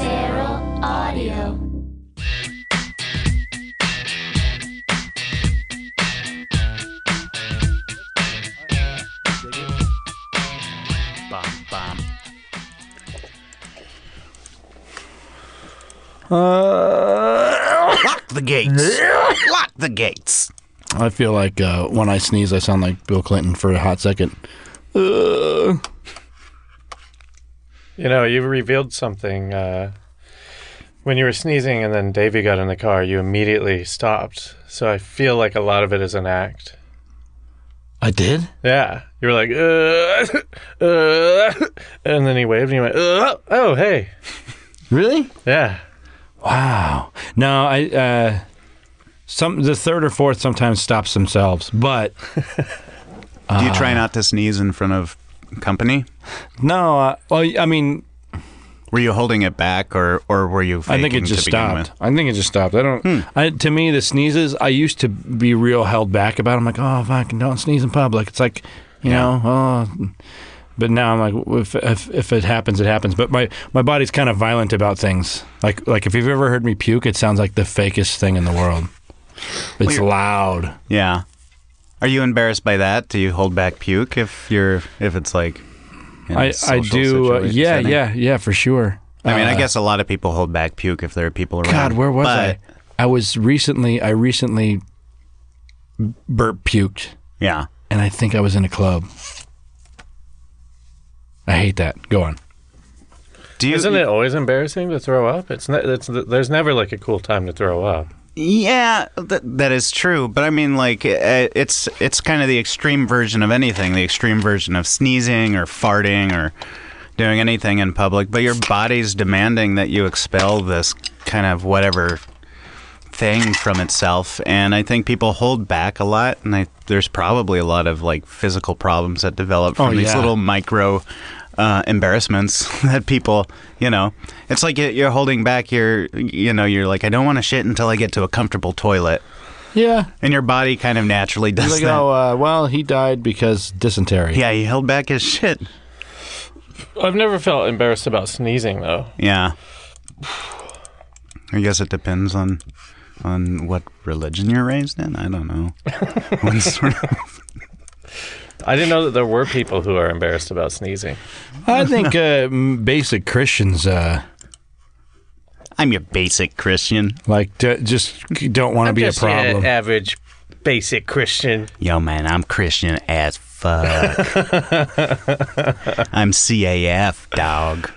Feral Audio. Lock the gates. Lock the gates. I feel like uh, when I sneeze, I sound like Bill Clinton for a hot second. You know, you revealed something uh, when you were sneezing, and then Davey got in the car. You immediately stopped, so I feel like a lot of it is an act. I did? Yeah, you were like, uh, uh, and then he waved, and you went, uh, "Oh, hey, Really? yeah." Wow. No, I uh some the third or fourth sometimes stops themselves, but Do you Ah. try not to sneeze in front of company? no, uh, well I mean, Were you holding it back, or or were you? I think it faking to just begin Hmm. stopped. I think it just stopped. I don't I to me the sneezes I used to be real held back about. I'm like, "Oh, fucking don't sneeze in public." It's like, you know, oh but now I'm like, if, if if it happens, it happens. But my, my body's kind of violent about things. Like like if you've ever heard me puke, it sounds like the fakest thing in the world. It's you're- loud. with? Yeah. Are you embarrassed by that? Do you hold back puke if you're if it's like? in a I, I social do. Uh, situation yeah, setting? yeah, yeah, for sure. I mean, I Uh, guess a lot of people hold back puke if there are people around. God, where was but, I? I was recently. I recently burp puked, Yeah. and I think I was in a club. I hate that. Go on. Do you? Isn't it always embarrassing to throw up? It's, ne- it's there's never like a cool time to throw up. Yeah, th- that is true. But I mean, like, uh, it's it's kind of the extreme version of anything. The extreme version of sneezing or farting or doing anything in public. But your body's demanding that you expel this kind of whatever thing from itself. And I think people hold back a lot. And I, there's probably a lot of like physical problems that develop from Oh, these yeah. little micro uh, embarrassments that people, you know, it's like you- you're holding back your, you know, you're like, I don't want to shit until I get to a comfortable toilet. Yeah. And your body kind of naturally does Like, that. oh, uh, well, he died because dysentery. Yeah, he held back his shit. I've never felt embarrassed about sneezing though. Yeah. I guess it depends on on what religion you're raised in. I don't know. One sort of- I didn't know that there were people who are embarrassed about sneezing. I think uh, m- basic Christians uh, I'm your basic Christian. like d- just don't want to be a problem. average, basic Christian. Yo, man, I'm Christian as fuck. I'm CAF, dog.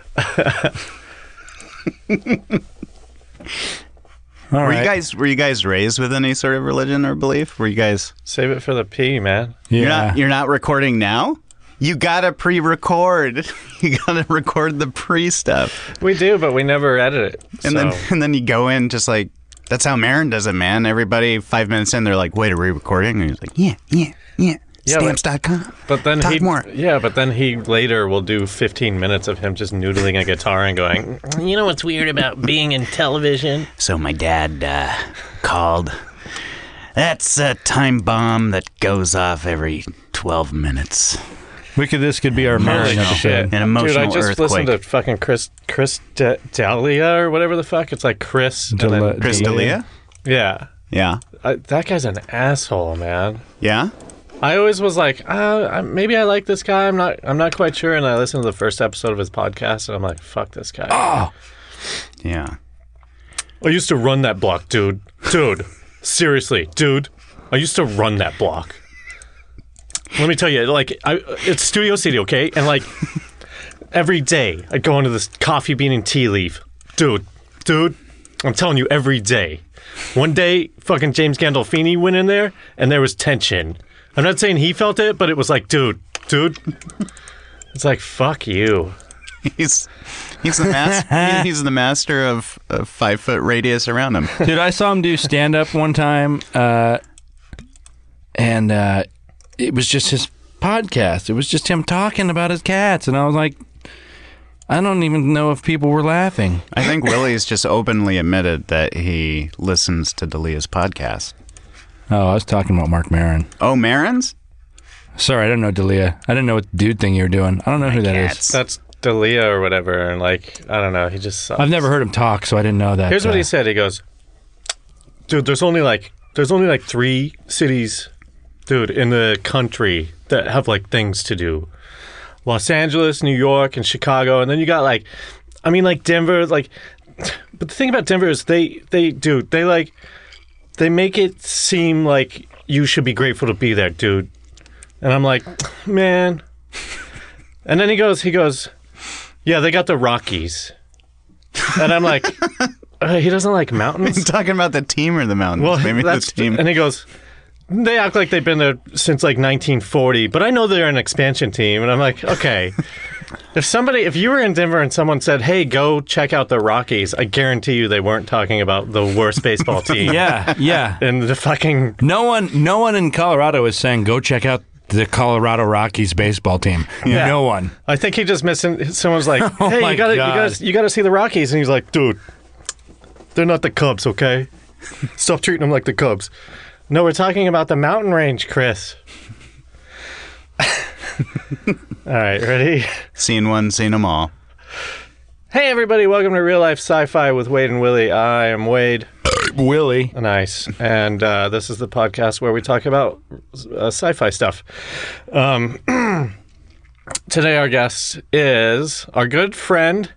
All Were you right. guys were you guys raised with any sort of religion or belief? Were you guys Save it for the P, man. yeah. You're not you're not recording now? You gotta pre record. You gotta record the pre stuff. We do, but we never edit it. so. And then and then you go in just like that's how Marin does it, man. Everybody five minutes in they're like, Wait, are we recording? And he's like, Yeah, yeah, yeah. Yeah, but- Stamps.com. But then Talk he, more. yeah. But then he later will do 15 minutes of him just noodling a guitar and going. You know what's weird about being in television? So my dad uh, called. That's a time bomb that goes off every 12 minutes. We could, this could be our marriage episode. Shit. An emotional Dude, I just listened to earthquake. fucking Chris Chris D- D'Elia or whatever the fuck. It's like Chris. and then- D'Elia. Chris D'Elia? yeah, Yeah. I, that guy's an asshole, man. Yeah? I always was like, uh, I- maybe I like this guy. I'm not. I'm not quite sure. And I listened to the first episode of his podcast, and I'm like, fuck this guy. Yeah. I used to run that block, dude. Dude, seriously, dude. I used to run that block. Let me tell you, like, I, it's Studio City, okay? And like, every day I go into this coffee bean and tea leaf, dude, dude, I'm telling you, every day. One day, fucking James Gandolfini went in there, and there was tension. I'm not saying he felt it, but it was like, dude, dude. It's like, fuck you. He's he's the master. he's the master of a five foot radius around him. Dude, I saw him do stand up one time, uh, and uh, it was just his podcast. It was just him talking about his cats, and I was like, I don't even know if people were laughing. I think Willie's just openly admitted that he listens to Delia's podcast. Oh, I was talking about Mark Maron. Oh, Marin's? Sorry, I don't know Delia. I didn't know what dude thing you were doing. I don't know who that is. Cats. That's Dalia or whatever, and like I don't know, he just sucks. I've never heard him talk, so I didn't know that. Here's what uh, he said. He goes, Dude, there's only like there's only like three cities, dude, in the country that have like things to do. Los Angeles, New York, and Chicago, and then you got like, I mean, like Denver, like. But the thing about Denver is they they dude they like they make it seem like you should be grateful to be there, dude. And I'm like, man. And then he goes, he goes, yeah, they got the Rockies. And I'm like, uh, he doesn't like mountains. Talking about the team or the mountains? Well, Maybe the that's team. And he goes, they act like they've been there since like 1940, but I know they're an expansion team. And I'm like, okay. if somebody, if you were in Denver and someone said, hey, go check out the Rockies, I guarantee you they weren't talking about the worst baseball team. Yeah, yeah. And the fucking. No one, no one in Colorado is saying go check out the Colorado Rockies baseball team. No one. I think he just missed. Someone's like, "Hey, Oh my you gotta, you God. gotta, you gotta see the Rockies," and he's like, "Dude, they're not the Cubs, okay? Stop treating them like the Cubs." No, we're talking about the mountain range, Chris. All right, ready? Seen one, seen them all. Hey, everybody, welcome to Real Life Sci-Fi with Wade and Willie. I am Wade. Willie. Nice. And uh, this is the podcast where we talk about uh, sci fi stuff. Um, today, our guest is our good friend,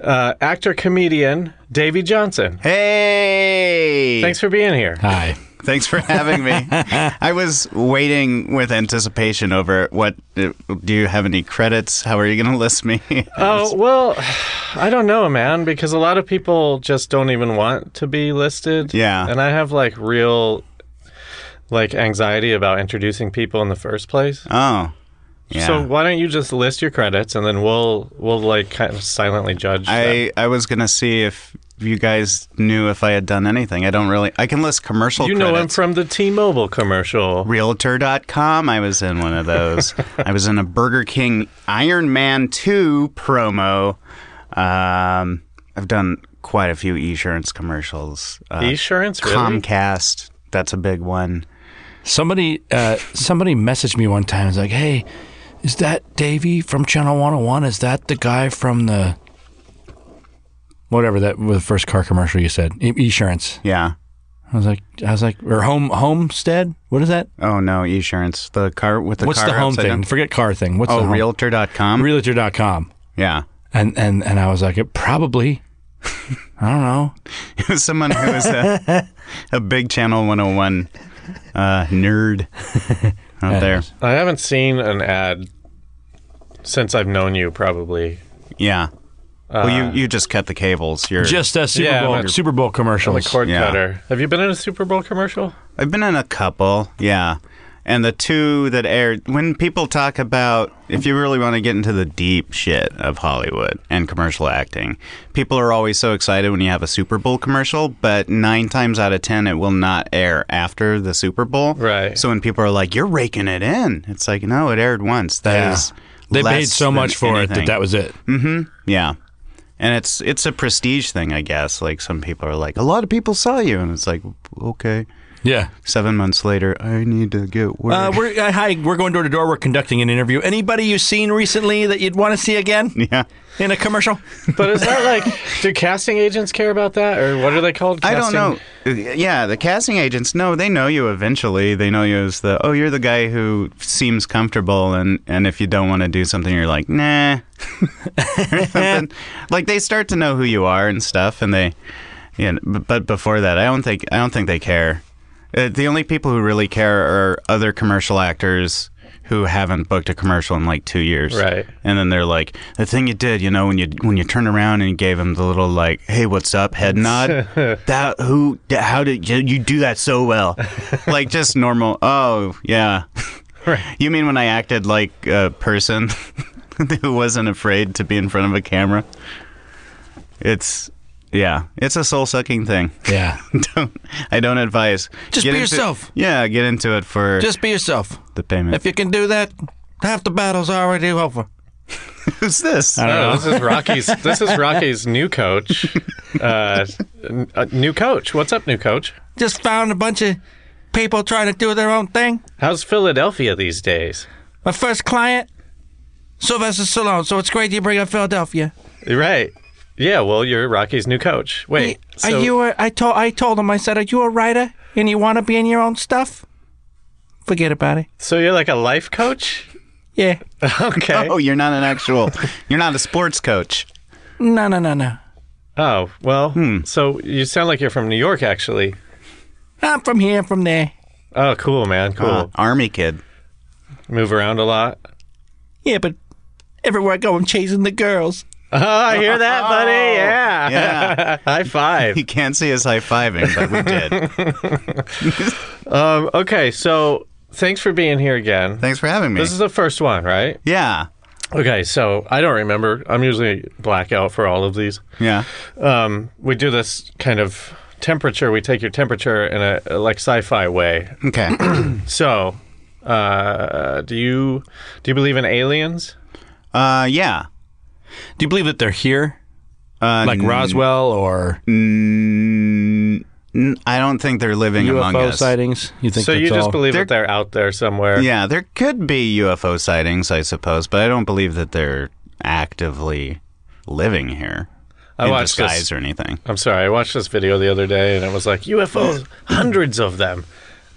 uh, actor comedian Davey Johnson. Hey! Thanks for being here. Hi. Thanks for having me. I was waiting with anticipation over what uh, do you have any credits? How are you going to list me? Oh, well, I don't know, man, because a lot of people just don't even want to be listed. Yeah. And I have like real. Like anxiety about introducing people in the first place. oh. Yeah. So why don't you just list your credits and then we'll we'll like kind of silently judge. them. I I was going to see if you guys knew if I had done anything. I don't really I can list commercial You know credits. him from the T-Mobile commercial. Realtor.com. I was in one of those. I was in a Burger King Iron Man 2 promo. Um, I've done quite a few insurance commercials. Uh, Insurance, really? Comcast, that's a big one. Somebody, uh, somebody messaged me one time. It's like, hey, is that Davey from Channel 101? Is that the guy from the whatever that was the first car commercial you said? E- Insurance. Yeah. I was like, I was like, or home homestead. What is that? Oh no, insurance. The car with the What's car the home upside thing? down. Forget car thing. What's Oh, the home? realtor.com. Realtor.com. yeah. And and and I was like, it probably. I don't know. Someone who is a, a big Channel 101 uh, nerd out there. I haven't seen an ad since I've known you, probably. Yeah. well, you, you just cut the cables. You're Just a Super Yeah, Bowl I'm a- Super Bowl On the commercials. cord Yeah. cutter. Have you been in a Super Bowl commercial? I've been in a couple, yeah. And the two that aired, when people talk about, if you really want to get into the deep shit of Hollywood and commercial acting, people are always so excited when you have a Super Bowl commercial, but nine times out of 10, it will not air after the Super Bowl. Right. So when people are like, you're raking it in, it's like, no, it aired once. That Yeah. is They less paid so than much for it that anything. Hmm. that was it. Yeah. And it's it's a prestige thing, I guess. Like some people are like, a lot of people saw you, and it's like, okay. Yeah. Seven months later, I need to get work. Uh, we're uh, hi. We're going door to door. We're conducting an interview. Anybody you've seen recently that you'd want to see again yeah. in a commercial? But is that like, do casting agents care about that, or what are they called? I don't Casting- know. Yeah, the casting agents, no, they know you eventually. They know you as the, oh, you're the guy who seems comfortable, and, and if you don't want to do something, you're like, nah. Or something. Like, they start to know who you are and stuff, and they, yeah, b- but before that, I don't think, I don't think they care. Uh, the only people who really care are other commercial actors who haven't booked a commercial in like two years. Right. And then they're like, the thing you did, you know, when you when you turned around and you gave him the little like, hey, what's up, head nod. that who? d- How did you, you do that so well? like just normal. Oh yeah. Right. You mean when I acted like a person who wasn't afraid to be in front of a camera? It's yeah, it's a soul sucking thing. Yeah. don't I don't advise. Just be into- yourself. Yeah, get into it for Just be yourself. the payment. If you can do that, half the battle's already over. Who's this? Oh, this is Rocky's. This is Rocky's new coach. Uh, n- uh, new coach. What's up, new coach? Just found a bunch of people trying to do their own thing. How's Philadelphia these days? My first client, Sylvester Stallone. So it's great you bring up Philadelphia. Right. Yeah. Well, you're Rocky's new coach. Wait. Are so- you? A, I told I told him. I said, "Are you a writer and you want to be in your own stuff? Forget about it." So you're like a life coach? Yeah. Okay. Oh, you're not an actual. You're not a sports coach. No, no, no, no. Oh well. So you sound like you're from New York, actually. I'm from here, from there. Oh, cool, man. Cool. Uh, army kid. Move around a lot. Yeah, but everywhere I go, I'm chasing the girls. Oh, I hear that, buddy. Oh. Yeah. Yeah. High five. You can't see us high fiving, but we did. Um, okay. So thanks for being here again. Thanks for having me. This is the first one, right? yeah. Okay, so I don't remember. I'm usually blackout for all of these. Yeah. Um, we do this kind of temperature. We take your temperature in a, a, like sci-fi way. Okay. So, uh, do you do you believe in aliens? uh, yeah. Do you believe that they're here, Uh, like Roswell or n- n- I don't think they're living among UFO us. sightings? You think So that's you just all? believe that they're out there somewhere? Yeah, there could be UFO sightings, I suppose, but I don't believe that they're actively living here I in watched disguise this. or anything. I'm sorry. I watched this video the other day, and it was like UFOs, hundreds of them,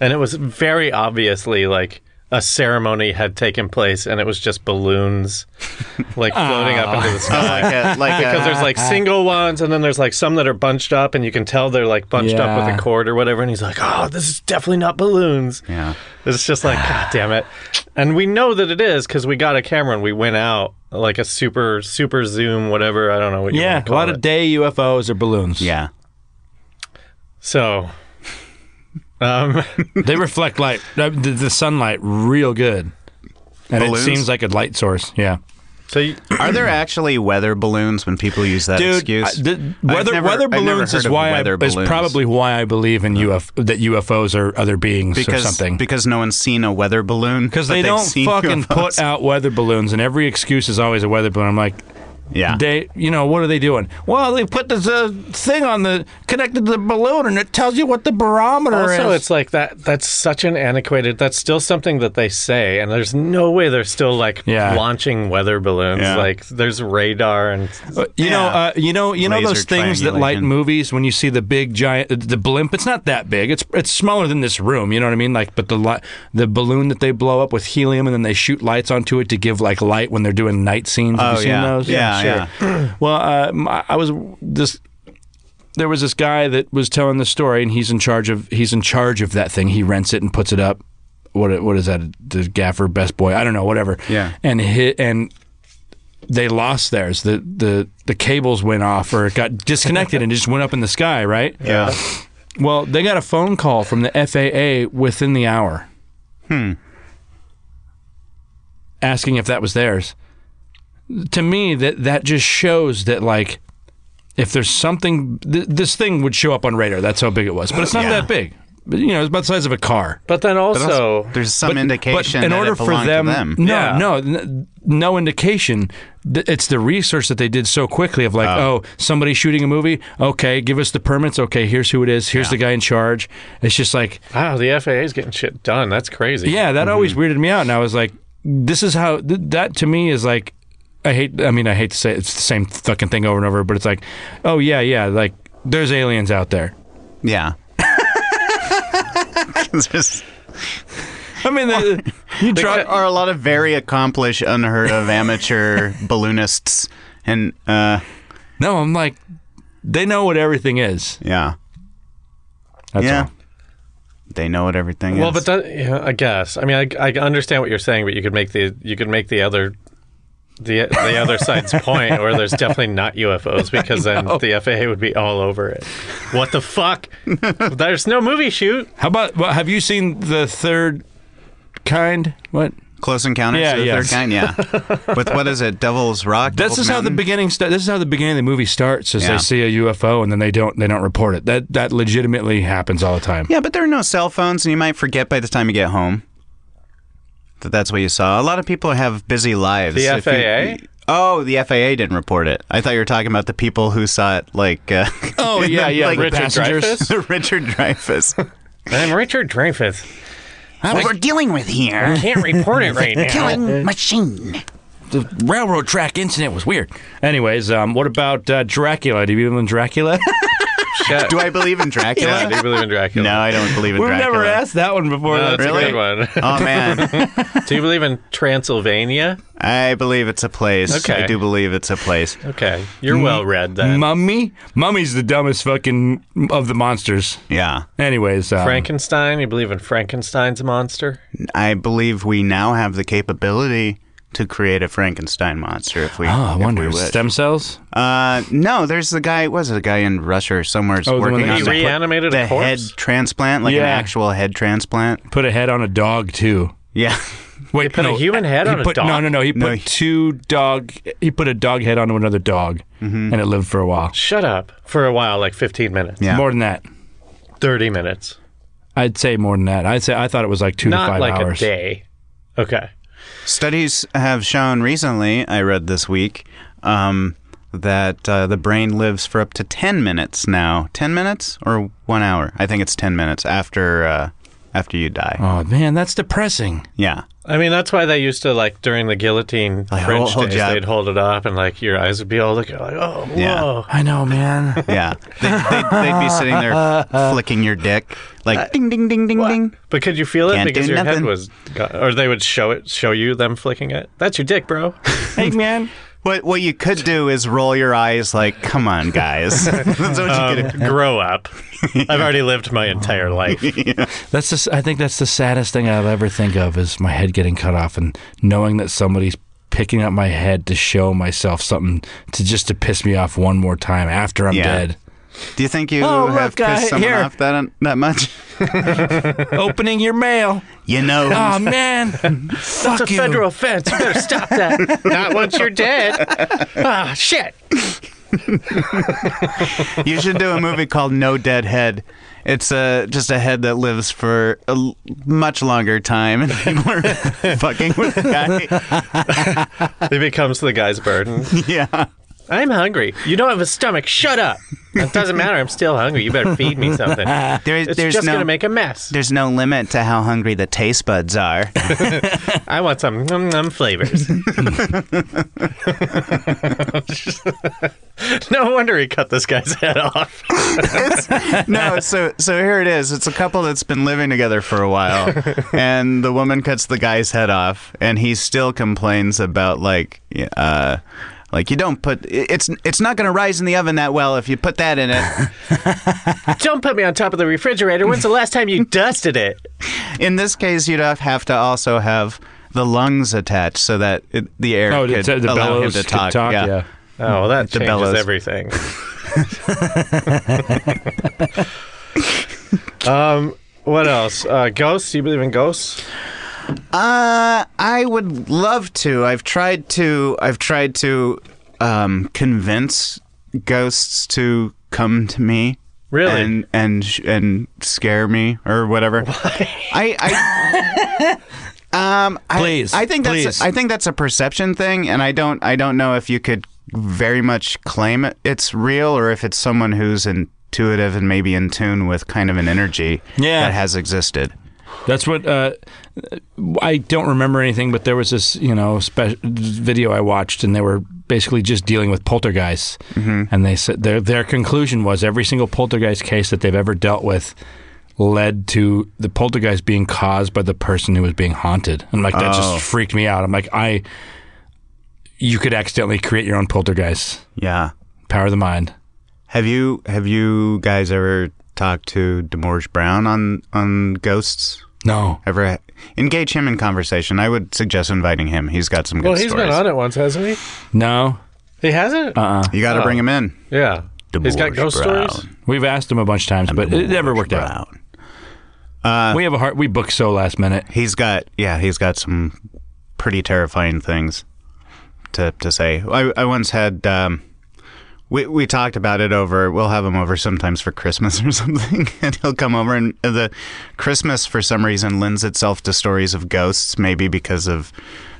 and it was very obviously like a ceremony had taken place, and it was just balloons, like floating up into the sky. like a, like because there's like single ones and then there's like some that are bunched up and you can tell they're like bunched up with Yeah. a cord or whatever and he's like oh this is definitely not balloons yeah. it's just like god damn it and we know that it is because we got a camera and we went out like a super super zoom whatever i don't know what you Yeah, wanna a call lot it. of day UFOs or balloons. Yeah. so um they reflect light, uh, the, the sunlight, real good, and Balloons? it seems like a light source. Yeah, so you, Are there actually weather balloons when people use that excuse? I- the- never- weather weather I've never balloons heard is of why weather I, balloons. is probably why I believe in UF that UFOs are other beings because or something. because no one's seen a weather balloon Because but they they've don't seen fucking UFOs. put out weather balloons, and every excuse is always a weather balloon. I'm like, yeah they, you know, what are they doing? Well, they put this uh, thing on the connected to the balloon, and it tells you what the barometer also is. it's like that that's such an antiquated that's still something that they say and there's no way they're still like Yeah. launching weather balloons Yeah. like there's radar and Uh, you know, Yeah. uh, you know, you know Laser those things that light triangulation. movies. When you see the big giant, uh, the blimp. It's not that big. It's it's smaller than this room. You know what I mean? Like, but the li- the balloon that they blow up with helium, and then they shoot lights onto it to give like light when they're doing night scenes. Have Oh, you seen yeah. those? Yeah, well, uh, m- I I was this. There was this guy that was telling the story, and he's in charge of he's in charge of that thing. He rents it and puts it up. What what is that? The gaffer, best boy, I don't know, whatever. Yeah. And hit and they lost theirs. The the the cables went off or it got disconnected and it just went up in the sky, right? yeah Well, they got a phone call from the FAA within the hour. Hmm. Asking if that was theirs. To me, that that just shows that like if there's something th- this thing would show up on radar. That's how big it was. But it's not that big. But, you know, it's about the size of a car. but then But also also, there's some indication But in that order it for belonged them, to them no, Yeah. no, n- no indication. Th- It's the research that they did so quickly of like, oh, somebody's shooting a movie. Okay, give us the permits. Okay, here's who it is. Here's the guy in charge. It's just like, Wow, the FAA is getting shit done. That's crazy. yeah, Mm-hmm. that always weirded me out, and I was like, this is how th- that to me is like. I hate. I mean, I hate to say it, it's the same fucking thing over and over, but it's like, oh yeah, yeah, like there's aliens out there. yeah It's just- I mean, the, you there try. are a lot of very accomplished unheard of amateur balloonists and uh No, I'm like, they know what everything is. yeah That's yeah all. They know what everything Well, is. but that, yeah, I guess. I mean, I, I understand what you're saying, but you could make the you could make the other the the other side's point where there's definitely not UFOs because then the FAA would be all over it. What the fuck? there's no movie shoot. How about well, have you seen the third kind? What? Close Encounters Yeah, of the yes. Third Kind, yeah. With what is it, Devil's Rock? This is how the beginning. St- this is how the beginning of the movie starts. Is Yeah. they see a UFO and then they don't. They don't report it. That that legitimately happens all the time. Yeah, but there are no cell phones, and you might forget by the time you get home that that's what you saw. A lot of people have busy lives. The If you- FAA? oh, the FAA didn't report it. I thought you were talking about the people who saw it, like. Uh, Oh yeah, yeah. Like the Richard passengers. Dreyfuss? Richard Dreyfuss. I'm Richard Dreyfuss. what we're dealing with here. Can't report it right now. Killing machine. The railroad track incident was weird. Anyways, um, what about uh, Dracula? Do you believe in Dracula? Shit. Do I believe in Dracula? Yeah, do you believe in Dracula? No, I don't believe in We've Dracula. never asked that one before. No, that's Really? a good one. Oh man, Do you believe in Transylvania? I believe it's a place. Okay. I do believe it's a place. Okay, you're Mm, well read then. Mummy? Mummy's the dumbest fucking of the monsters. Yeah, Anyways, um, Frankenstein? You believe in Frankenstein's monster? I believe we now have the capability to create a Frankenstein monster if we. Oh, I if wonder. we wish. Stem cells? Uh, no, there's the guy. Was it a guy in Russia or somewhere Oh, the one working that on he the, reanimated a the head corpse? transplant, like an Yeah. actual head transplant? Put a head on a dog too. Yeah, Wait, put a human head he on a put- dog? No, no, no. He put No, he- two dog. He put a dog head onto another dog, Mm-hmm. and it lived for a while. Shut up for a while, like 15 minutes, yeah. More than that, 30 minutes, I'd say more than that. I'd say I thought it was like two to not five like hours. a day. Okay. Studies have shown recently. I read this week um, that uh, the brain lives for up to ten minutes now. Ten minutes or one hour? I think it's ten minutes after uh, after you die. Oh man, that's depressing. Yeah. I mean, that's why they used to like during the guillotine Like, hold- French hold days, you up. they'd hold it up and like your eyes would be all looking like, oh, whoa. Yeah. I know, man. Yeah, they, they'd, they'd be sitting there flicking your dick, like ding, ding, ding, ding, ding. But could you feel it Can't because do your head nothing. was, go- or they would show it, show you them flicking it. That's your dick, bro. hey man, What what you could do is roll your eyes, like, "Come on, guys." Um, That's what you could do. Grow up. I've already lived my entire life. that's just. I think that's the saddest thing I'll ever think of is my head getting cut off and knowing that somebody's picking up my head to show myself something to just to piss me off one more time after I'm Yeah. dead. Do you think you Oh, look, have I- pissed someone here. off that that much? Opening your mail. You know. Oh man, fuck you. offense. You better stop that. Not once you're dead. Ah, shit. You should do a movie called No Dead Head. It's a just a head that lives for a l- much longer time, and people are fucking with the guy. It becomes the guy's burden. Yeah, I'm hungry. You don't have a stomach. Shut up. It doesn't matter. I'm still hungry. You better feed me something. there is It's there's just no gonna make a mess. there's no limit to how hungry the taste buds are. I want some num num flavors. no wonder he cut this guy's head off. no, so so here it is. It's a couple that's been living together for a while, and the woman cuts the guy's head off, and he still complains about like, uh, like you don't put it- it's it's not going to rise in the oven that well if you put that in it. Don't put me on top of the refrigerator. When's the last time you dusted it? in this case, you'd have have to also have the lungs attached so that it, the air Oh, could the, allow the him bellows to could talk. yeah. yeah. Oh, well, that changes bellows. everything. um, what else? Uh, ghosts? Do you believe in ghosts? Uh, I would love to. I've tried to. I've tried to um, convince ghosts to come to me. Really? And and sh- and scare me or whatever. I. I Um, I- Please, I, think that's please. a, I think that's a perception thing, and I don't I don't know if you could very much claim it, it's real or if it's someone who's intuitive and maybe in tune with kind of an energy Yeah. that has existed. That's what uh, I don't remember anything, but there was this you know spe- video I watched, and they were basically just dealing with poltergeists, and they said their their conclusion was every single poltergeist case that they've ever dealt with led to the poltergeist being caused by the person who was being haunted, and like Oh. that just freaked me out. I'm like I, you could accidentally create your own poltergeist. Yeah. Power of the mind. Have you have you guys ever talk to Demorge Brown on on ghosts? No. Ever ha- engage him in conversation? I would suggest inviting him. He's got some good Well, he's stories. been on it once, hasn't he? No. He hasn't. Uh-uh. You got to bring him in. Yeah. he's got Demorge ghost Brown. stories. We've asked him a bunch of times, but it never Demorge worked out. Brown. we have a heart. We booked so last minute. he's got yeah he's got some pretty terrifying things to to say i, I once had um we, we talked about it over we'll have him over sometimes for christmas or something and he'll come over and the christmas for some reason lends itself to stories of ghosts maybe because of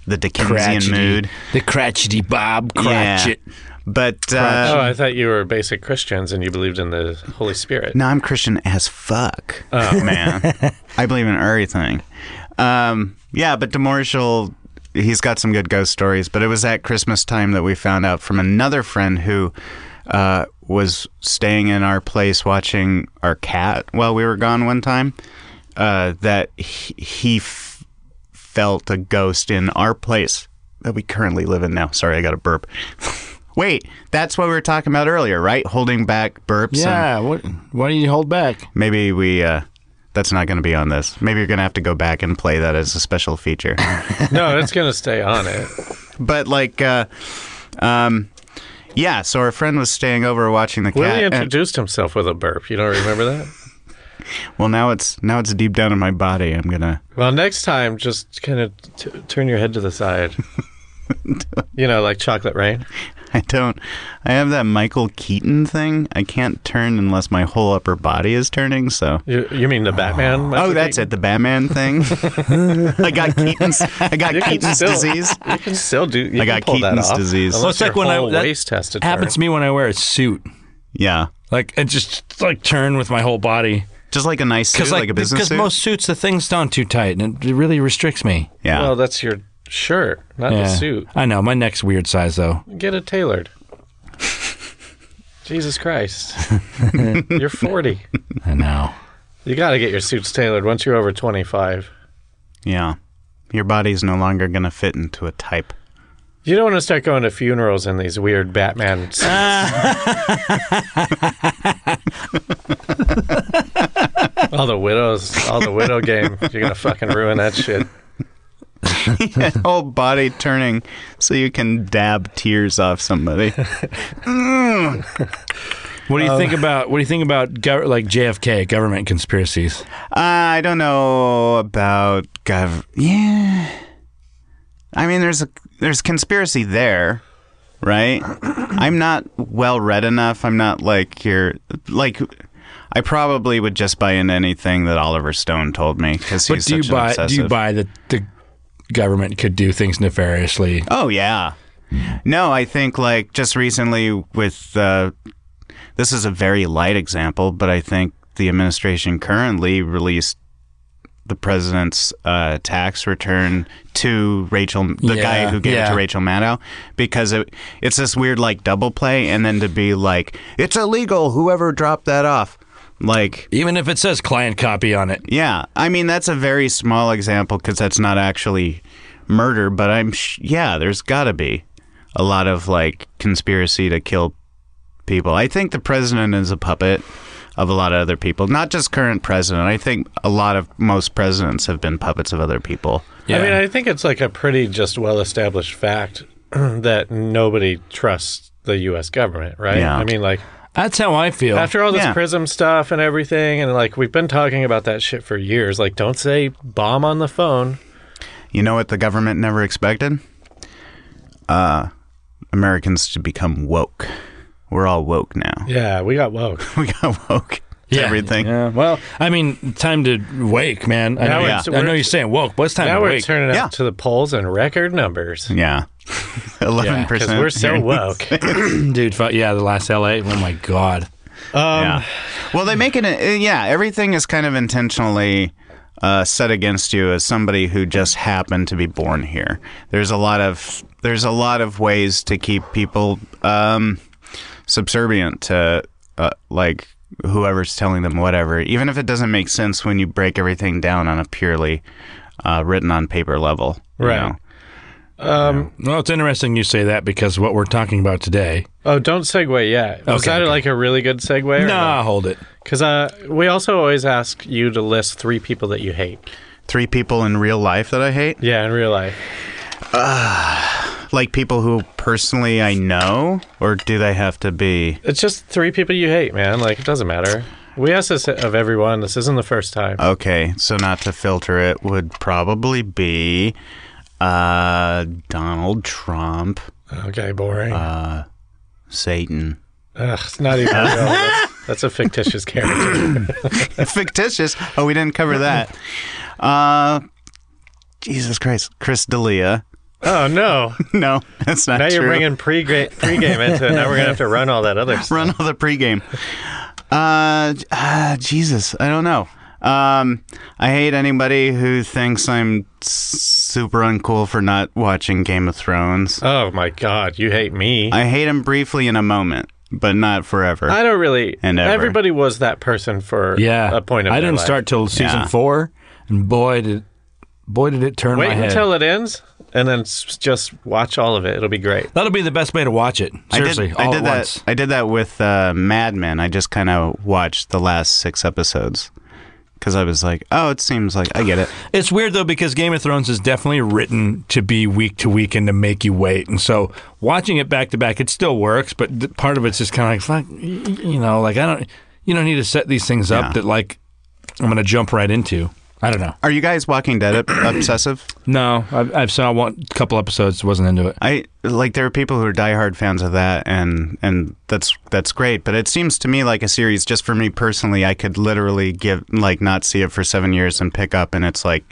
the dickensian mood The crotchety Bob Cratchit. yeah but Oh, uh, I thought you were basic Christians and you believed in the Holy Spirit. no i'm christian as fuck oh man i believe in everything Um, yeah, but Demarshall, he's got some good ghost stories. But it was at Christmas time that we found out from another friend who uh, was staying in our place watching our cat while we were gone one time uh, that he, he f- felt a ghost in our place that we currently live in now. Sorry, I got a burp. Wait, that's what we were talking about earlier, right? Holding back burps. and- Yeah. What? Why do you hold back? Maybe we. Uh, that's not going to be on this. Maybe you're going to have to go back and play that as a special feature. No, it's going to stay on it. but like, uh, um, yeah. So our friend was staying over watching the Willie cat. and- introduced himself with a burp. You don't remember that? well, now it's now it's deep down in my body. I'm gonna. Well, next time, just kind of t- turn your head to the side. you know, like chocolate rain. I don't. I have that Michael Keaton thing. I can't turn unless my whole upper body is turning. So. You, you mean the Batman? Michael Oh, that's Keaton? it. The Batman thing. I got Keaton's. I got can Keaton's still- disease. You can still do. You I can got pull Keaton's that off, disease. Unless Well, your it's like when I- whole that waist has to turn. Happens to me when I wear a suit. Yeah. Like it just like turn with my whole body Just like a nice suit, like, like a business because suit. most suits the thing's done too tight and it really restricts me. yeah. Well, that's your shirt, not the Yeah. suit. I know my neck's weird size though. Get it tailored. Jesus Christ. you're 40. I know. You got to get your suits tailored once you're over 25. yeah. Your body's no longer gonna fit into a type. You don't want to start going to funerals in these weird Batman suits. all the widows, all the widow game. You're going to fucking ruin that shit. whole body turning so you can dab tears off somebody. Uh, What do you think about what do you think about gov- like JFK government conspiracies? I don't know about gov. Yeah, I mean, there's a there's conspiracy there, right? I'm not well read enough. I'm not like your like. I probably would just buy into anything that Oliver Stone told me because But he's do you such an buy obsessive. do you buy that the government could do things nefariously? Oh yeah. No, I think like just recently with uh, this is a very light example, but I think the administration currently released the president's uh, tax return to Rachel, the Yeah, guy who gave it yeah. to Rachel Maddow, because it, it's this weird like double play, and then to be like it's illegal. Whoever dropped that off, like Even if it says client copy on it. yeah, I mean that's a very small example because that's not actually murder, but I'm sh- yeah, there's got to be a lot of like conspiracy to kill people. I think the president is a puppet of a lot of other people, not just current president. I think a lot of most presidents have been puppets of other people. Yeah. I mean, I think it's like a pretty just well established fact that nobody trusts the U.S. government, right? Yeah. I mean, like, That's how I feel. after all this Yeah. prism stuff and everything, and like, we've been talking about that shit for years. Like, don't say bomb on the phone. You know what the government never expected? Uh, Americans to become woke. We're all woke now. Yeah, we got woke. We got woke. to Yeah. Everything. Yeah. Well, I mean, time to wake, man. I Now know, it's- I know you're saying woke, but it's time Now to we're wake. turning Yeah. up to the polls in record numbers Yeah. 11%. because we're so woke. Dude, fuck, yeah, the last LA. Oh my god. um, yeah. Well, they make it. A, yeah, everything is kind of intentionally uh, set against you as somebody who just happened to be born here. There's a lot of there's a lot of ways to keep people um, subservient to uh, like whoever's telling them whatever, even if it doesn't make sense when you break everything down on a purely uh, written on paper level. you Right. know? Well, it's interesting you say that because what we're talking about today Oh, don't segue yet. Was Okay, that okay. like a really good segue? or Nah, hold it. Because uh, we also always ask you to list three people that you hate. Three people in real life that I hate, Yeah, in real life. like people who personally I know, or do they have to be? It's just three people you hate, man. Like, it doesn't matter. We ask this of everyone. This isn't the first time. Okay, so not to filter it would probably be uh, Donald Trump, Okay, boring. Satan. Ugh, it's not even real. That's, that's a fictitious character. Fictitious. Oh, we didn't cover that. Uh, Jesus Christ, Chris D'Elia. Oh, no. No, that's not Now true. you're bringing pre-ga- pregame into it. Now we're going to have to run all that other stuff. run all the pregame. Uh, uh, Jesus, I don't know. Um, I hate anybody who thinks I'm s- super uncool for not watching Game of Thrones. Oh, my God. You hate me. I hate him briefly in a moment, but not forever. I don't really. And ever. Everybody was that person for Yeah, a point of I their didn't life. start till season Yeah. four, and boy did boy did it turn Wait my head. until it ends, and then s- just watch all of it. It'll be great. That'll be the best way to watch it. Seriously, I did, all I did at that. once. I did that with uh, Mad Men. I just kind of watched the last six episodes because I was like, "Oh, it seems like I get it." It's weird though because Game of Thrones is definitely written to be week to week and to make you wait, and so watching it back to back, it still works. But th- part of it's just kind of like, fuck, y- y- you know, like I don't, you don't need to set these things up Yeah. that like I'm gonna jump right into. I don't know. Are you guys Walking Dead ob- obsessive? No, I've, I've saw one couple episodes, wasn't into it. I like there are people who are diehard fans of that, and and that's that's great. But it seems to me like a series. Just for me personally, I could literally give like not see it for seven years and pick up, and it's like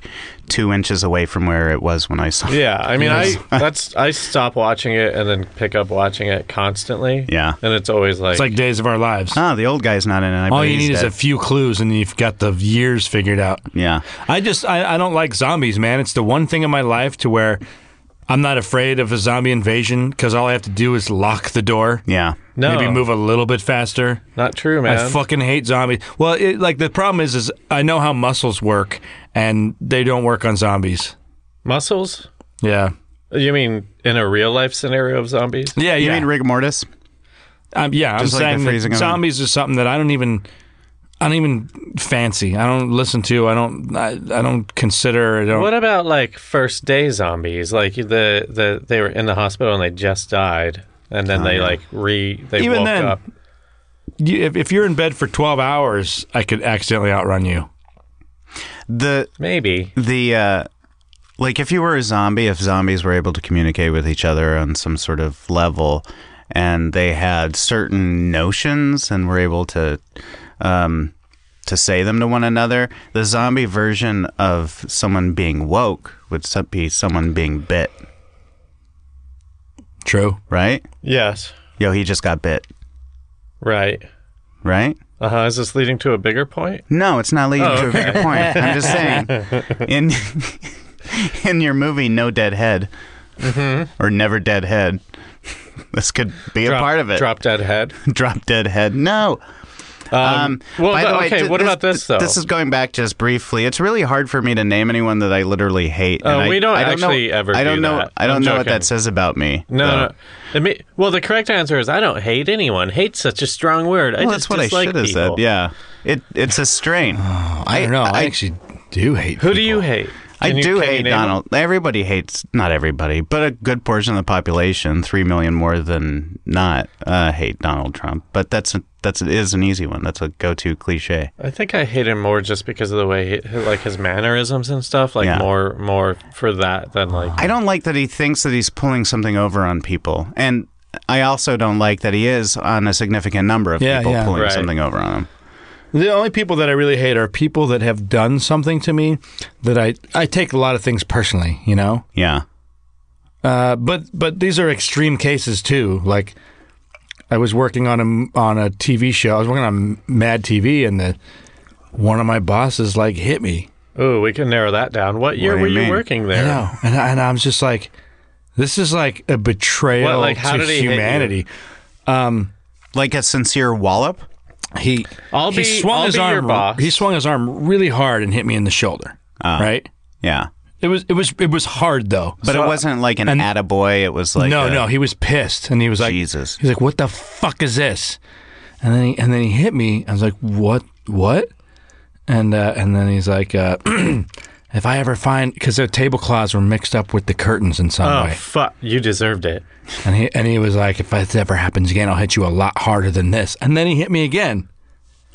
two inches away from where it was when I saw. it. Yeah, I mean, I that's I stop watching it and then pick up watching it constantly. Yeah. and it's always like, It's like Days of Our Lives. Ah, the old guy's not in it. I All bet you he's need is dead. a few clues, and you've got the years figured out. yeah. I just I, I don't like zombies, man. It's the one thing in my life to where I'm not afraid of a zombie invasion because all I have to do is lock the door. Yeah. no, Maybe move a little bit faster. Not true, man. I fucking hate zombies. Well, it, like the problem is, is I know how muscles work, and they don't work on zombies. Muscles? Yeah, You mean in a real life scenario of zombies? yeah, You yeah. mean rigor mortis? I'm, yeah, I'm Just like the saying freezing that on- zombies is something that I don't even, I don't even fancy. I don't listen to. I don't. I, I don't consider. I don't. What about like first day zombies? Like the the they were in the hospital and they just died, and Oh, then they like re they Even woke then, up. You, if, if you're in bed for 12 hours, I could accidentally outrun you. The Maybe the uh like if you were a zombie if zombies were able to communicate with each other on some sort of level and they had certain notions and were able to um to say them to one another the zombie version of someone being woke would so- be someone being bit True. right yes, yo he just got bit right. right Uh huh. Is this leading to a bigger point? No, it's not Oh, leading to a bigger point. I'm just saying, in in your movie, no dead head or never dead head. This could be a part of it. Mm-hmm. Drop dead head. Drop dead head. No. Um, well, by the no, way, okay, th- what about this, though? This is going back just briefly. It's really hard for me to name anyone that I literally hate. Oh, and I- we don't I actually know, ever I don't do know. that. I don't I'm know what joking. that says about me. No, though. no. I mean, well, the correct answer is I don't hate anyone. Hate's such a strong word. I Well, just that's what I dislike should have said. people. Yeah. It it's a strain. I don't know. I, actually do hate Who do you hate? I Can you- do can you hate name 'em? Donald. Everybody hates, not everybody, but a good portion of the population, three million more than not, uh, hate Donald Trump. But that's a, that's it is an easy one. That's a go-to cliche. I think I hate him more just because of the way, he, like his mannerisms and stuff. Like Yeah. more, more for that than like. I don't like that he thinks that he's pulling something over on people, and I also don't like that he is on a significant number of Yeah, people yeah. pulling Right. something over on him. The only people that I really hate are people that have done something to me that I, I take a lot of things personally, you know? Yeah, Uh, but but these are extreme cases too. Like I was working on a on a TV show. I was working on Mad TV, and the one of my bosses like hit me. Ooh, we can narrow that down. What year do you were you mean? working I there? know, and I, and I'm just like, this is like a betrayal What, like, how to did he hit you? humanity. like a sincere wallop. He I'll he be- swung I'll his be arm. your boss. Ah. He swung his arm really hard and hit me in the shoulder. right. Yeah, It was it was it was hard though. But it wasn't like an and- attaboy. It was like no, a- no, he was pissed, and he was like, Jesus. He's like, "What the fuck is this?" And then he and then he hit me. I was like, "What? What?" And uh, and then he's like, uh, "If I ever find, because their tablecloths were mixed up with the curtains in some Oh way." fuck! You deserved it. And he and he was like, "If this ever happens again, I'll hit you a lot harder than this." And then he hit me again,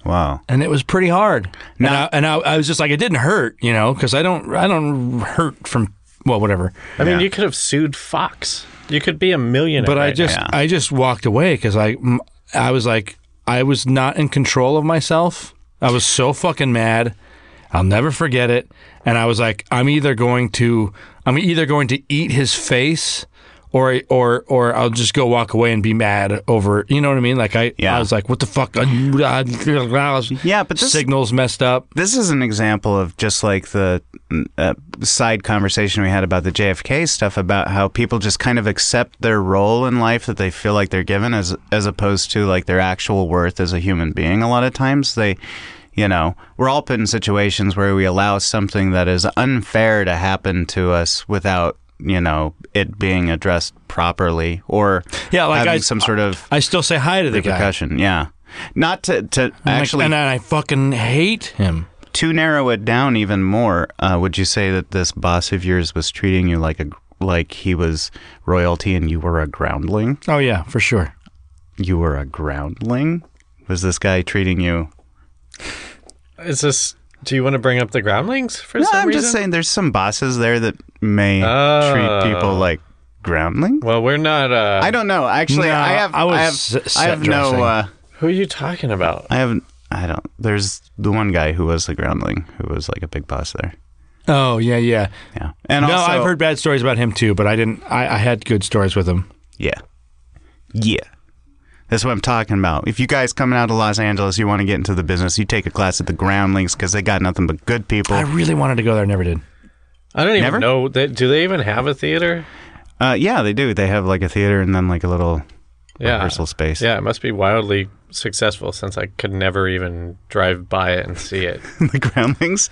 Wow. and it was pretty hard. Now- and I, and I, I was just like, it didn't hurt, you know, because I don't I don't hurt from well whatever. I Yeah. mean, you could have sued Fox. You could be a millionaire. but I right just now. I just walked away because I m- I was like I was not in control of myself. I was so fucking mad. I'll never forget it. And I was like, I'm either going to I'm either going to eat his face. Or, or or I'll just go walk away and be mad over you know what I mean like I Yeah. I was like what the fuck yeah but this- signals messed up This is an example of just like the uh, side conversation we had about the JFK stuff about how people just kind of accept their role in life that they feel like they're given as as opposed to like their actual worth as a human being. A lot of times they, you know, we're all put in situations where we allow something that is unfair to happen to us without you know it being addressed properly or Yeah, like having I- some sort of I still say hi to the guy repercussion. Yeah, not to to I'm like- actually and I fucking hate him to narrow it down even more, uh, would you say that this boss of yours was treating you like a like he was royalty and you were a groundling? oh yeah for sure You were a groundling? Was this guy treating you? now. Is this? Do you want to bring up the groundlings for No, some I'm reason? just saying there's some bosses there that may Oh. treat people like groundling. Well, we're not. Uh, I don't know. Actually, No, I have I I, was have s- I set have no dressing. uh, who are you talking about? I have I don't there's the one guy who was the groundling who was like a big boss there. oh yeah yeah Yeah. And no, also I've heard bad stories about him too, but I didn't. I, I had good stories with him. Yeah. Yeah. That's what I'm talking about. If you guys coming out of Los Angeles, you want to get into the business, you take a class at the Groundlings because they got nothing but good people. I really wanted to go there, I never did. I don't even Never? know. They, do they even have a theater? Uh, yeah, they do. They have like a theater and then like a little Yeah. rehearsal space. Yeah, it must be wildly successful since I could never even drive by it and see it. the Groundlings.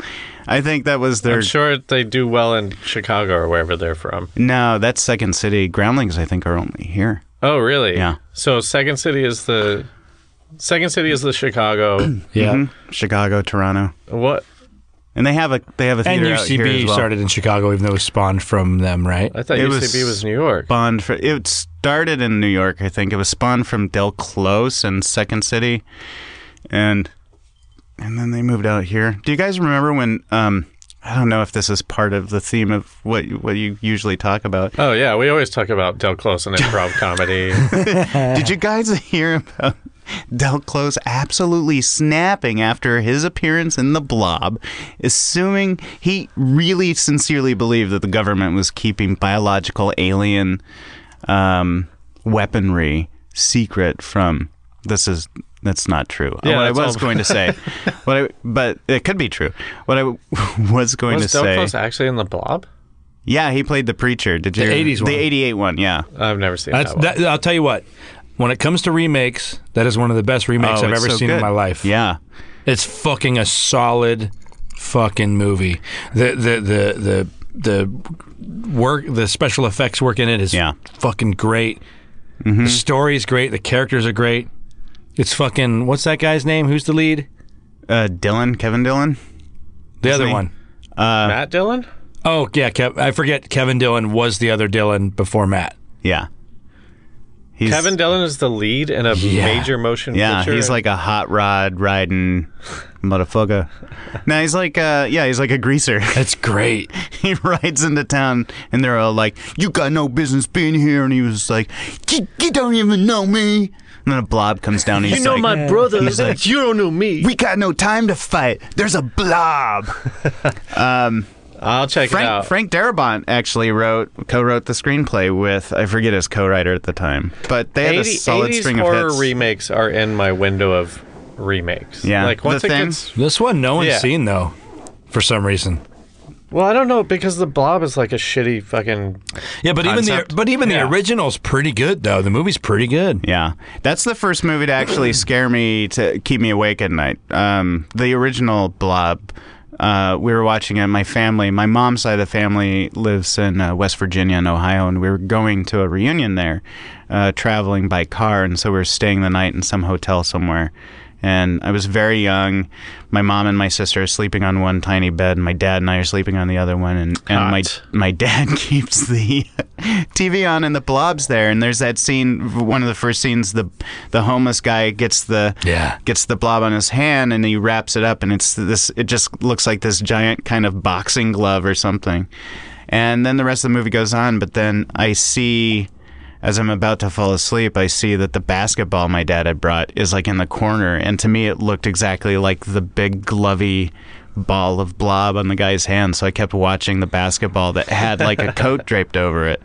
I think that was their. I'm sure they do well in Chicago or wherever they're from. No, that's Second City. Groundlings, I think, are only here. Oh, really? Yeah. So Second City is the Second City is the Chicago. Yeah, Mm-hmm. Chicago, Toronto, what? and they have a they have a and theater out here UCB as well. started in Chicago, even though it was spawned from them, right? I thought It UCB was- was, New York. spawned fr it started in New York, I think. It was spawned from Del Close and Second City, and and then they moved out here. Do you guys remember when? Um, I don't know if this is part of the theme of what what you usually talk about. Oh yeah, we always talk about Del Close and improv comedy. Did you guys hear about Del Close absolutely snapping after his appearance in The Blob, assuming he really sincerely believed that the government was keeping biological alien um, weaponry secret from. This is that's not true. Yeah, what I that's was all- going to say, what I, but it could be true. What I was going was to Del say, Close actually in the Blob? yeah, he played the preacher. Did you? 80s one. the '88 one, yeah. Oh, I've never seen That's that. One. that, I'll tell you what. When it comes to remakes, that is one of the best remakes Oh, I've it's ever so seen in good. my life. Yeah, it's fucking a solid fucking movie. The the the the the work, the special effects work in it is Yeah. fucking great. The story's great. The characters are great. It's fucking what's that guy's name? Who's the lead? uh, Dylan, Kevin Dylan. The other he? one. Matt Dillon. Oh yeah, Kev- I forget. Kevin Dillon was the other Dylan before Matt. Yeah. He's, Kevin Dillon is the lead in a major motion Yeah, picture. he's like a hot rod riding motherfucker. no, he's like uh yeah, he's like a greaser. That's great. he rides into town and they're all like, You got no business being here and he was like, You, you don't even know me and then a blob comes down and he's like brother. he's like- you don't know me. We got no time to fight. There's a blob. I'll check it Frank out. Frank Darabont actually wrote co-wrote the screenplay with I forget his co-writer at the time, but they had a 80 solid 80s string of horror hits. remakes are in my window of remakes. Yeah. like The once it Thing? gets. This one no one's Yeah. seen though, for some reason. Well, I don't know because the Blob is like a shitty fucking. Yeah, but even Concept. the but even Yeah. the original's pretty good though. The movie's pretty good. Yeah, that's the first movie to actually scare me to keep me awake at night. Um, the original Blob uh, we were watching it. My family, my mom's side of the family, lives in uh, West Virginia and Ohio, and we were going to a reunion there, uh, traveling by car, and so we were staying the night in some hotel somewhere. And I was very young. My mom and my sister are sleeping on one tiny bed, and my dad and I are sleeping on the other one. And, and my Hot. my dad keeps the TV on and the blobs there, and there's that scene. One of the first scenes, the the homeless guy gets the Yeah. gets the blob on his hand, and he wraps it up, and it's this. It just looks like this giant kind of boxing glove or something. And then the rest of the movie goes on, but then I see. As I'm about to fall asleep, I see that the basketball my dad had brought is like in the corner, and to me it looked exactly like the big glovy ball of blob on the guy's hand. So I kept watching the basketball that had like a coat draped over it,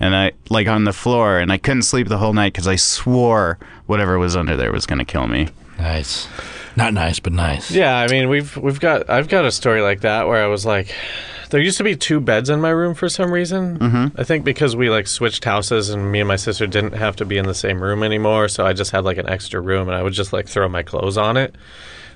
and I like on the floor, and I couldn't sleep the whole night because I swore whatever was under there was gonna kill me. Nice. Not nice, but nice. Yeah, I mean we've we've got I've got a story like that where I was like, there used to be two beds in my room for some reason. Mm-hmm. I think because we like switched houses and me and my sister didn't have to be in the same room anymore, so I just had like an extra room and I would just like throw my clothes on it.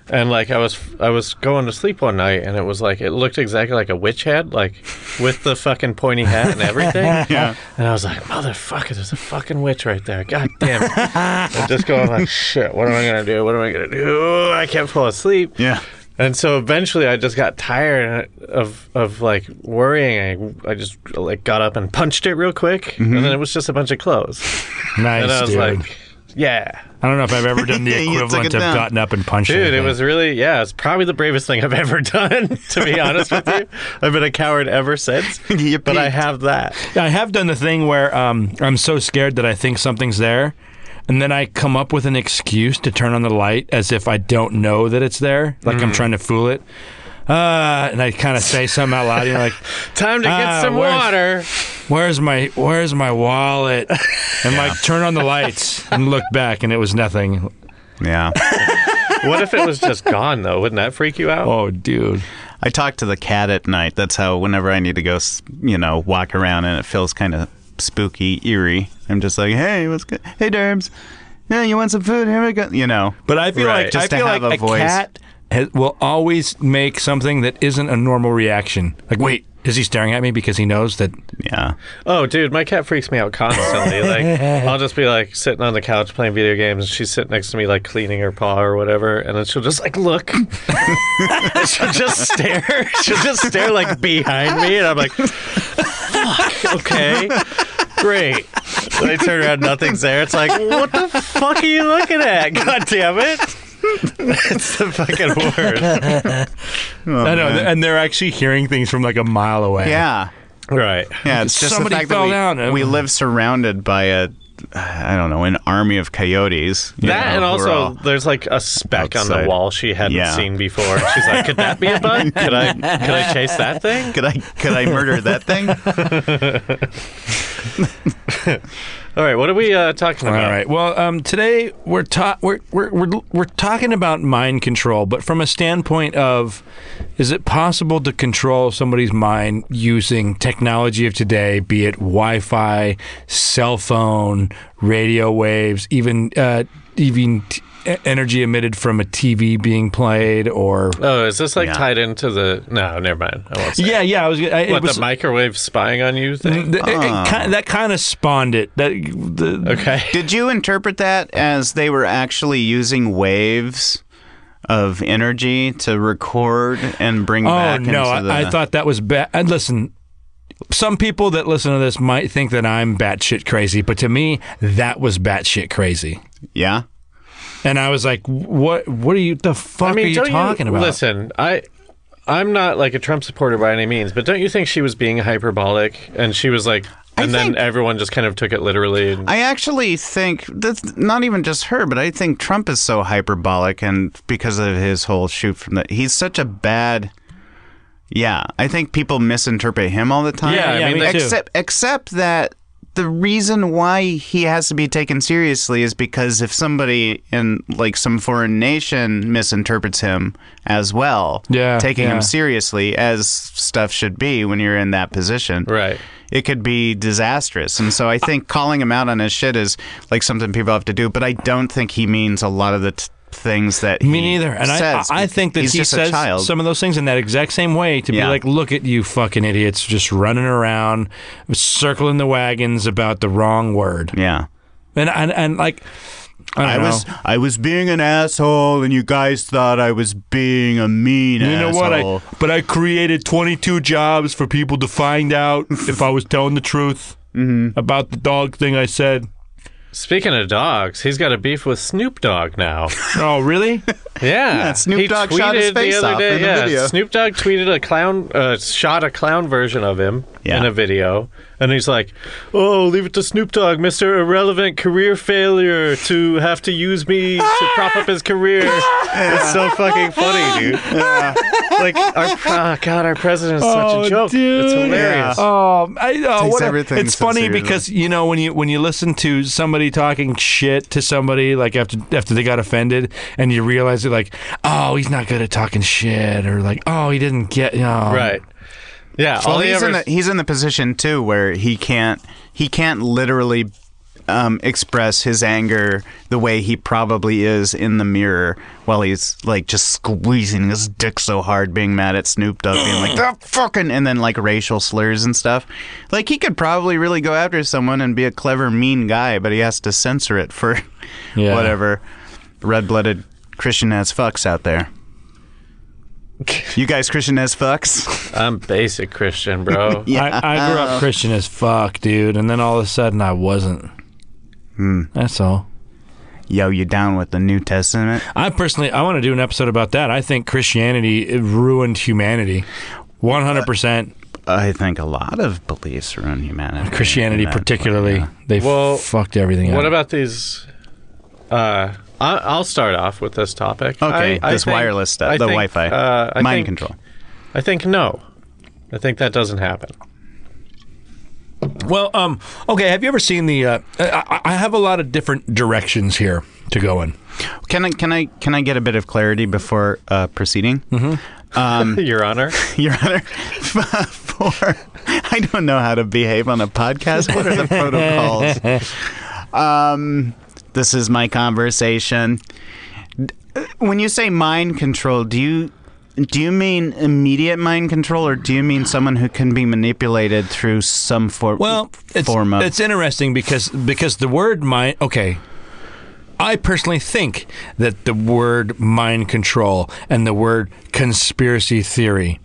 And like I was I was going to sleep one night and it was like it looked exactly like a witch head, like with the fucking pointy hat and everything. yeah. And I was like, motherfucker, there's a fucking witch right there. God damn it. I'm just going like, shit, what am I gonna do? What am I gonna do? I can't fall asleep. Yeah. And so eventually, I just got tired of of like worrying. I, I just like got up and punched it real quick, and then it was just a bunch of clothes. Nice, And I was dude. like, "Yeah, I don't know if I've ever done the You took equivalent it of down. gotten up and punched dude, it anything. was really yeah. It's probably the bravest thing I've ever done. To be honest with you, I've been a coward ever since. You but I peaked. have that. I have done the thing where um, I'm so scared that I think something's there, and then I come up with an excuse to turn on the light as if I don't know that it's there, like Mm. I'm trying to fool it. Uh, and I kind of say something out loud, you know, like, Time to get Ah, some where's- water. "Where's my Where's my wallet?" And like, turn on the lights and look back, and it was nothing. Yeah. What if it was just gone though? Wouldn't that freak you out? Oh, dude. I talk to the cat at night. That's how whenever I need to go, s- you know, walk around and it feels kind of spooky, eerie. I'm just like, hey, what's good? Hey, Derbs. Yeah, you want some food? Here we go. You know. But I feel Right. like Just I to feel have like a voice. cat has, will always make something that isn't a normal reaction. Like, wait, is he staring at me because he knows that? Yeah. Oh, dude, my cat freaks me out constantly. like, I'll just be like sitting on the couch playing video games, and she's sitting next to me, like cleaning her paw or whatever, and then she'll just like look. And she'll just stare. She'll just stare like behind me, and I'm like, fuck, okay, great. And I turn around, nothing's there. It's like, what the fuck are you looking at? God damn it. it's the fucking worst. I know, and they're actually hearing things from like a mile away. Yeah. Right. Yeah. It's just Somebody the fact fell that we, down. we live surrounded by a, I don't know, an army of coyotes. you That know, and who are also all- there's like a speck on outside. the wall she hadn't Yeah. seen before. She's like, could that be a bug? Could I could I chase that thing? Could I could I murder that thing? All right, what are we uh, talking about? All right. Well, um, today we're ta- we're, we're we're we're talking about mind control, but from a standpoint of is it possible to control somebody's mind using technology of today, be it Wi-Fi, cell phone, radio waves, even uh, even t- e- energy emitted from a TV being played, or Oh, is this like Yeah. tied into the? No, never mind. I won't say. yeah, yeah. I was. I, it What was the microwave spying on you thing? th- it- it ki- that kind of spawned it. That the, Okay. Did you interpret that as they were actually using waves of energy to record and bring Oh back? no, into I, the... I thought that was bad. And listen, some people that listen to this might think that I'm batshit crazy, but to me, that was batshit crazy. Yeah. And I was like, "What? What are you? The fuck I mean, are you don't talking about?" Listen, I. I'm not like a Trump supporter by any means, but don't you think she was being hyperbolic and she was like, and then think- everyone just kind of took it literally? And, I actually think that's not even just her, but I think Trump is so hyperbolic, and because of his whole shoot from that, he's such a bad. Yeah, I think people misinterpret him all the time. Yeah, yeah, I mean, me too. except except that the reason why he has to be taken seriously is because if somebody in like some foreign nation misinterprets him as well, Yeah, taking yeah. him seriously as stuff should be when you're in that position, right. it could be disastrous. And so I think calling him out on his shit is like something people have to do, but I don't think he means a lot of the t- things that he Me neither. And says. I, I think that he's he just says a child. some of those things in that exact same way to Yeah. be like, look at you fucking idiots just running around, circling the wagons about the wrong word. yeah. And, and, and like, I, I don't was know. I was being an asshole, and you guys thought I was being a mean You know what? asshole. I, but I created 22 jobs for people to find out if I was telling the truth about the dog thing I said. Speaking of dogs, he's got a beef with Snoop Dogg now. Oh, really? Yeah, Snoop He Dogg shot tweeted his face off in the yeah, video. Snoop Dogg tweeted a clown, uh, shot a clown version of him Yeah. in a video, and he's like, "Oh, leave it to Snoop Dogg, Mister Irrelevant Career Failure, to have to use me to prop up his career." It's so fucking funny, dude. Like, our, oh, God, our president is such Oh, a joke. It's hilarious. Oh, I, oh Takes what a- everything it's funny sincerely. because you know when you when you listen to somebody talking shit to somebody like after after they got offended and you realize it like oh he's not good at talking shit or like oh he didn't get oh. Right? Yeah. Well, all he he's ever in the he's in the position too where he can't he can't literally um, express his anger the way he probably is in the mirror while he's like just squeezing his dick so hard, being mad at Snoop Dogg, being like "Ah, fucking, and then like racial slurs and stuff. Like he could probably really go after someone and be a clever, mean guy, but he has to censor it for Yeah. whatever red blooded Christian as fucks out there. You guys, Christian as fucks. I'm basic Christian, bro. I, I grew up Christian as fuck, dude, and then all of a sudden I wasn't. That's all. yo, you down with the New Testament? I personally, I want to do an episode about that. I think Christianity it ruined humanity, one hundred percent. I think a lot of beliefs around humanity. Christianity, That- particularly, they Well, fucked everything What up. about these? Uh, I, I'll start off with this topic. Okay, I- I this think- wireless stuff, I the think, Wi-Fi, uh, I mind think- control. I think no. I think that doesn't happen. Well, um, okay. Have you ever seen the? Uh, I, I- I have a lot of different directions here to go in. Can I can I can I get a bit of clarity before uh, proceeding, Um, Your Honor, Mm-hmm. Your Honor? For I don't know how to behave on a podcast. What are the protocols? Um, this is my conversation. D- uh, When you say mind control, do you? Do you mean immediate mind control, or do you mean someone who can be manipulated through some for- Well, it's, form of it's interesting because because the word mind. Okay, I personally think that the word mind control and the word conspiracy theory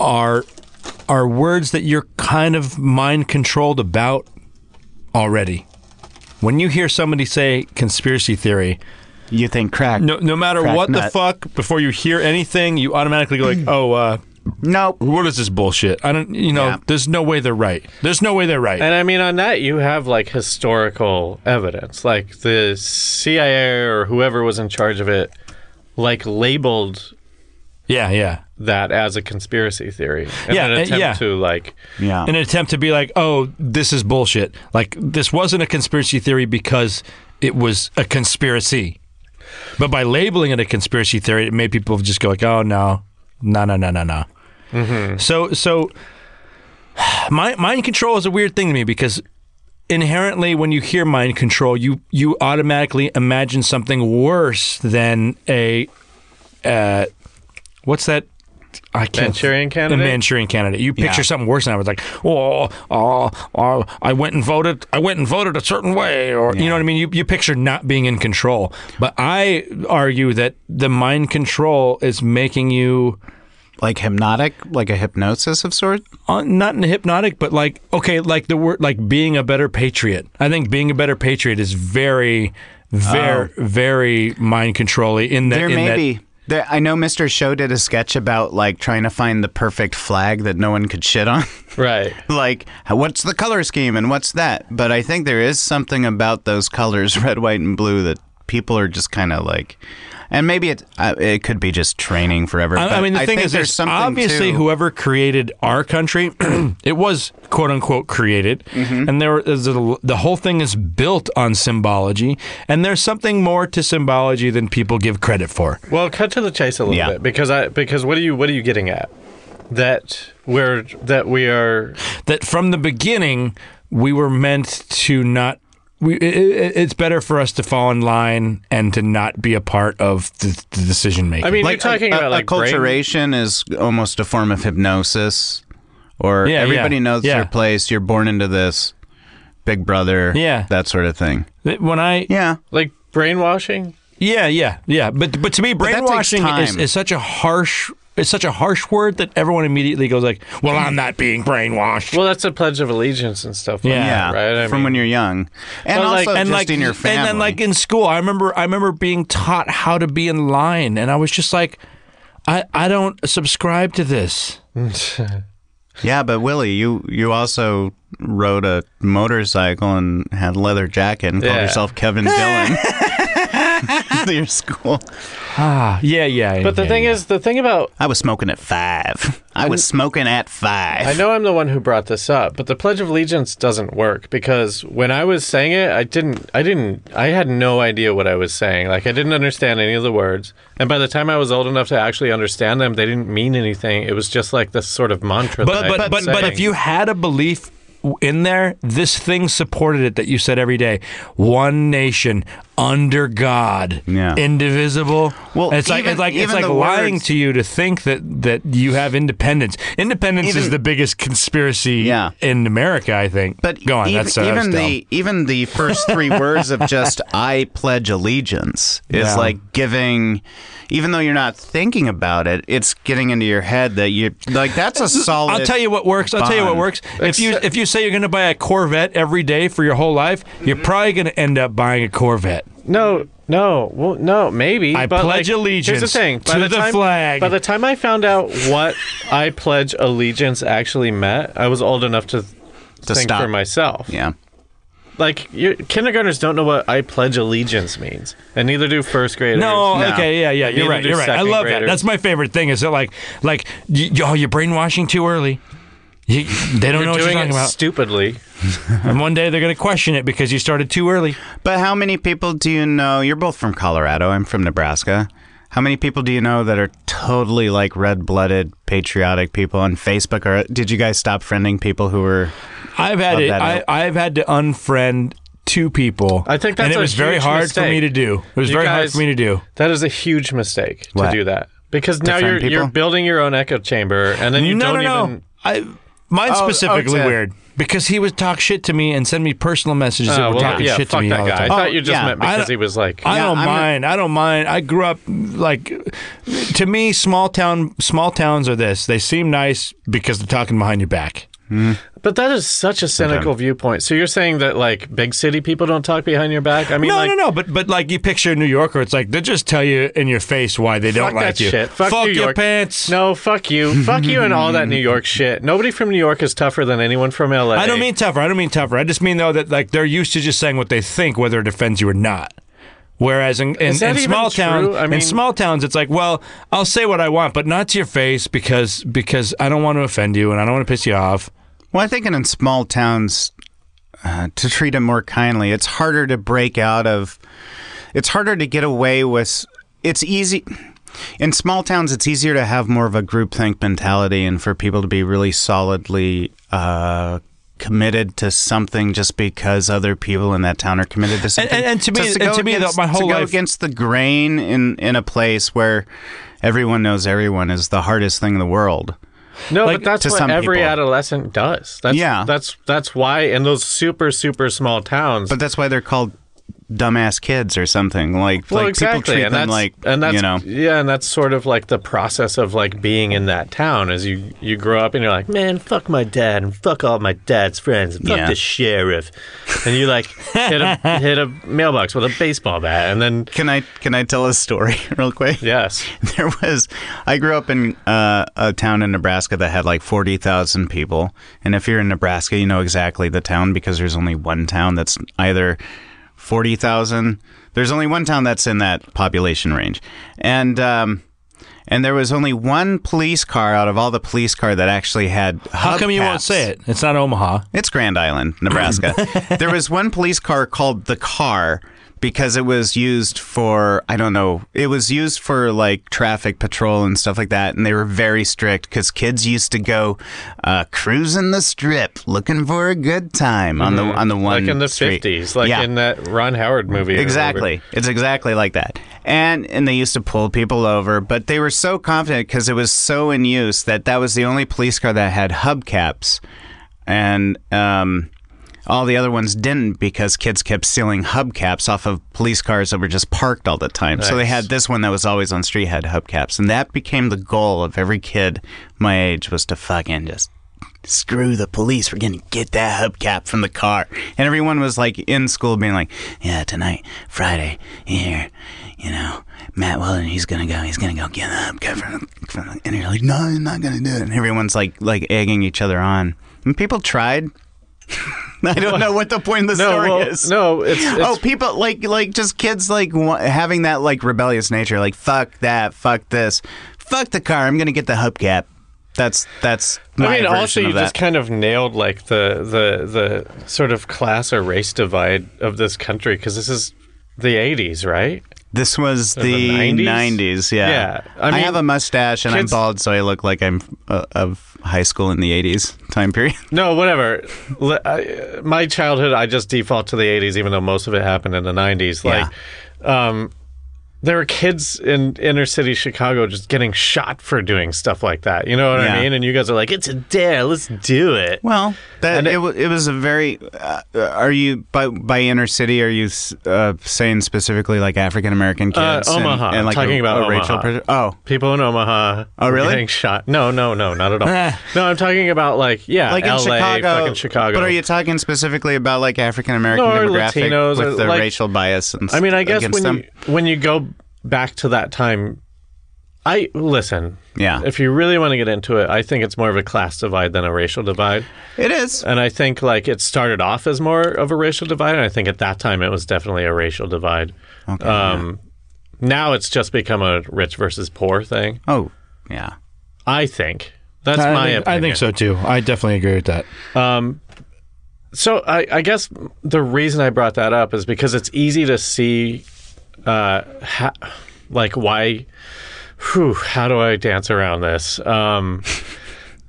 are are words that you're kind of mind controlled about already. When you hear somebody say conspiracy theory, You think crack? no, no matter Crack what the nut. fuck, before you hear anything, you automatically go like, "Oh, uh, Nope. what is this bullshit?" I don't, you know, Yeah. there's no way they're right. There's no way they're right. and I mean on that you have like historical evidence, like the CIA or whoever was in charge of it, like labeled yeah, yeah. that as a conspiracy theory in Yeah, an uh, attempt yeah. to like Yeah. in an attempt to be like, oh, this is bullshit. Like this wasn't a conspiracy theory because it was a conspiracy. But by labeling it a conspiracy theory, it made people just go like, oh no, no, no, no, no, no. So, so mind, mind control is a weird thing to me because inherently, when you hear mind control, you you automatically imagine something worse than a, uh, what's that? I can't Manchurian candidate? A Manchurian candidate. You picture Yeah. something worse than that. It's like, oh, oh, oh, I went and voted. I went and voted a certain way, or you know what I mean. You you picture not being in control. But I argue that the mind control is making you. like hypnotic, like a hypnosis of sort. uh, not in hypnotic, but like okay, like the word like being a better patriot. I think being a better patriot is very, very, very mind controlly. In that, Oh. There in may that- be. There, I know Mr. Show did a sketch about like trying to find the perfect flag that no one could shit on. right. like, what's the color scheme and what's that? But I think there is something about those colors, red, white, and blue, that people are just kind of like. And maybe it uh, it could be just training forever. I, I but mean, the thing think is, there's this, something obviously, to- whoever created our country, it was quote unquote created, and there is a, the whole thing is built on symbology, and there's something more to symbology than people give credit for. Well, cut to the chase a little Yeah. bit because I because what are you what are you getting at? That we're that we are that from the beginning we were meant to not we it, it, it's better for us to fall in line and to not be a part of the, the decision making. I mean, like you're talking a, about like brain- acculturation is almost a form of hypnosis, or Yeah, everybody yeah, knows yeah. their place. You're born into this, Big Brother, Yeah. that sort of thing. when I Yeah, like brainwashing. Yeah, yeah, yeah. But but to me, that takes brainwashing is, time. is such a harsh it's such a harsh word that everyone immediately goes like, "Well, I'm not being brainwashed." Well, that's a pledge of allegiance and stuff. Like Yeah. yeah, that, right. I from mean, when you're young, and But, also like- just in your family. and then like in school, I remember I remember being taught how to be in line, and I was just like, "I I don't subscribe to this." yeah, but Willie, you you also rode a motorcycle and had a leather jacket and called Yeah. yourself Kevin Dillon. To your school. Ah, yeah, yeah. but the yeah, thing yeah. is, the thing about I was smoking at five. I was smoking at five. I know I'm the one who brought this up, but the Pledge of Allegiance doesn't work because when I was saying it, I didn't, I didn't, I had no idea what I was saying. Like I didn't understand any of the words, and by the time I was old enough to actually understand them, they didn't mean anything. It was just like this sort of mantra. but that I but kept but, but saying. if you had a belief w- in there, this thing supported it that you said every day: one nation under God, Yeah. indivisible. Well, it's like even- it's like it's even like the lying words- to you to think that that you have independence. Independence is Even- the biggest conspiracy Yeah. in America, I think. But go on, even, that's uh, that was even dumb. the even the first three words of just "I pledge allegiance" is Yeah. like giving, even though you're not thinking about it, it's getting into your head that you like. That's a solid. I'll tell you what works. I'll tell you what bond. works. If you Except- if you say you're going to buy a Corvette every day for your whole life, you're Mm-hmm. probably going to end up buying a Corvette. No, no, well, no, maybe. I but pledge like, allegiance Here's the thing: by to the, the time, flag. By the time I found out what I pledge allegiance actually meant, I was old enough to, think stop. for myself. Yeah, Like your, kindergartners don't know what I pledge allegiance means, and neither do first graders. No, No. okay, yeah, yeah, you're Neither right, do you're right. I second love that. graders. That's my favorite thing. Is that like, like, y- y- oh, you're brainwashing too early. You, they don't You're know what you're doing talking it about, stupidly. and one day they're going to question it because you started too early. but how many people do you know? You're both from Colorado. I'm from Nebraska. How many people do you know that are totally like red-blooded, patriotic people on Facebook? Or did you guys stop friending people who were? I've had Love it. that I, out. I've had to unfriend two people. I think and that's it a was very huge hard for mistake. me to do. It was You very hard guys- for me to do. That is a huge mistake to What? do that because now friend you're you're people? building your own echo chamber, and then you no, don't no, even. no. I mine Oh, specifically okay. weird because he would talk shit to me and send me personal messages that Oh, were well, talking yeah, shit to fuck me that all the guy. I time. thought you just yeah. meant Oh, I because don't- he was like. I Yeah, don't I'm a- mind. I I don't mind. I grew up like to me small town small towns are this. They seem nice because they're talking behind your back. But that is such a cynical viewpoint. So you're saying that like big city people don't talk behind your back? I mean, no, like, no, no, but but like you picture a New Yorker, it's like they just tell you in your face why they Fuck don't like that you. shit. Fuck, New your York. pants. No, fuck you. fuck you and all that New York shit. Nobody from New York is tougher than anyone from LA. I don't mean tougher. I don't mean tougher. I just mean though that like they're used to just saying what they think, whether it offends you or not. Whereas in, in, Is that in even small true? towns, I in mean- small towns, it's like, well, I'll say what I want, but not to your face because because I don't want to offend you and I don't want to piss you off. Well, I think in, in small towns, uh, to treat them more kindly, it's harder to break out of. It's harder to get away with. It's easy. In small towns, it's easier to have more of a groupthink mentality and for people to be really solidly uh, committed to something just because other people in that town are committed to something. and- and to me- Just and go to me, though, against- my whole to go life- against the grain in in a place where everyone knows everyone is the hardest thing in the world. No, Like, but that's to what some every people. adolescent does. That's, Yeah. That's that's why in those super super small towns. But that's why they're called dumbass kids or something. Like, well, like people exactly, treat and them that's like and that's you know. yeah, and that's sort of like the process of like being in that town as you you grow up and you're like, man, fuck my dad and fuck all my dad's friends and fuck Yeah. the sheriff, and you like hit a hit a mailbox with a baseball bat and then Can I can I tell a story real quick? yes, There was I grew up in uh, a town in Nebraska that had like forty thousand people, and if you're in Nebraska, you know exactly the town because there's only one town that's either forty thousand. There's only one town that's in that population range, and um, and there was only one police car out of all the police car that actually had. How come you won't say it? It's not Omaha. It's Grand Island, Nebraska. there was one police car called the Car because it was used for I don't know it was used for like traffic patrol and stuff like that and they were very strict because kids used to go uh, cruising the strip looking for a good time on the on the one Mm-hmm. like in the street. fifties, like Mm, Yeah. in that Ron Howard movie. or Exactly. whatever. It's exactly like that. And and they used to pull people over, but they were so confident because it was so in use that that was the only police car that had hubcaps, and um, all the other ones didn't because kids kept stealing hubcaps off of police cars that were just parked all the time. So they Nice. had this one that was always on street had hubcaps, and that became the goal of every kid my age was to fucking just screw the police we're gonna get that hubcap from the car and everyone was like in school being like yeah tonight friday here you know matt weldon he's gonna go he's gonna go get the hubcap from the, from the and you're like no i'm not gonna do it and everyone's like like egging each other on and people tried i don't know what the point of the No, story well, is no, it's, it's oh, people like like just kids like wa- having that like rebellious nature, like fuck that, fuck this, fuck the car. I'm gonna get the hubcap. That's that's. My I mean, version also of you that. just kind of nailed like the the the sort of class or race divide of this country because this is the '80s, right? this was the, the 90s? 90s? Yeah, Yeah, I I, mean, have a mustache and kids- I'm bald, so I look like I'm uh, of high school in the 80s time period. No, whatever. Le- I- my childhood, I just default to the '80s, even though most of it happened in the '90s. Like, um, there were kids in inner city Chicago just getting shot for doing stuff like that. You know what I Yeah. mean? And you guys are like, "It's a dare. Let's do it." Well, that And it, it- wa- it was a very. Uh, are you by by inner city? Are you s- uh, saying specifically like African American kids? Uh, and- Omaha. And, like Talking a- about a racial. Omaha. pres- oh, People in Omaha. Oh, were really? Eh. Getting shot? No, no, no, not at all. no, I'm talking about like yeah, like LA, in Chicago, Uh, fucking Chicago. But are you talking specifically about like African American No, or demographic Latinos with or, the like- racial bias? And I mean, I guess against when them? you, when you go back to that time, I listen. Ah. Yeah. If you really want to get into it, I think it's more of a class divide than a racial divide. it is. And I think like it started off as more of a racial divide, and I think at that time it was definitely a racial divide. Okay, um, Now it's just become a rich versus poor thing. Oh, yeah. I think that's I my think, opinion. I think so too. I definitely agree with that. so I, I guess the reason I brought that up is because it's easy to see, uh, ha- like why, whew, how do I dance around this? Um,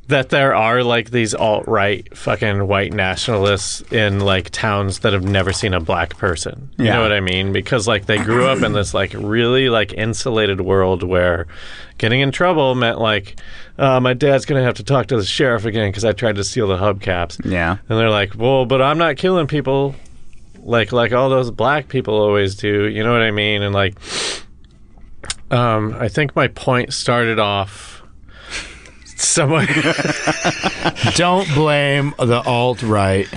that there are like these alt right fucking white nationalists in like towns that have never seen a black person. You Yeah. know what I mean? Because like they grew up in this like really like insulated world where getting in trouble meant like uh, my dad's gonna have to talk to the sheriff again because I tried to steal the hubcaps. Yeah. And they're like, "Well, but I'm not killing people, like like all those black people always do." You know what I mean? And like, um, I think my point started off somewhere. Don't blame the alt right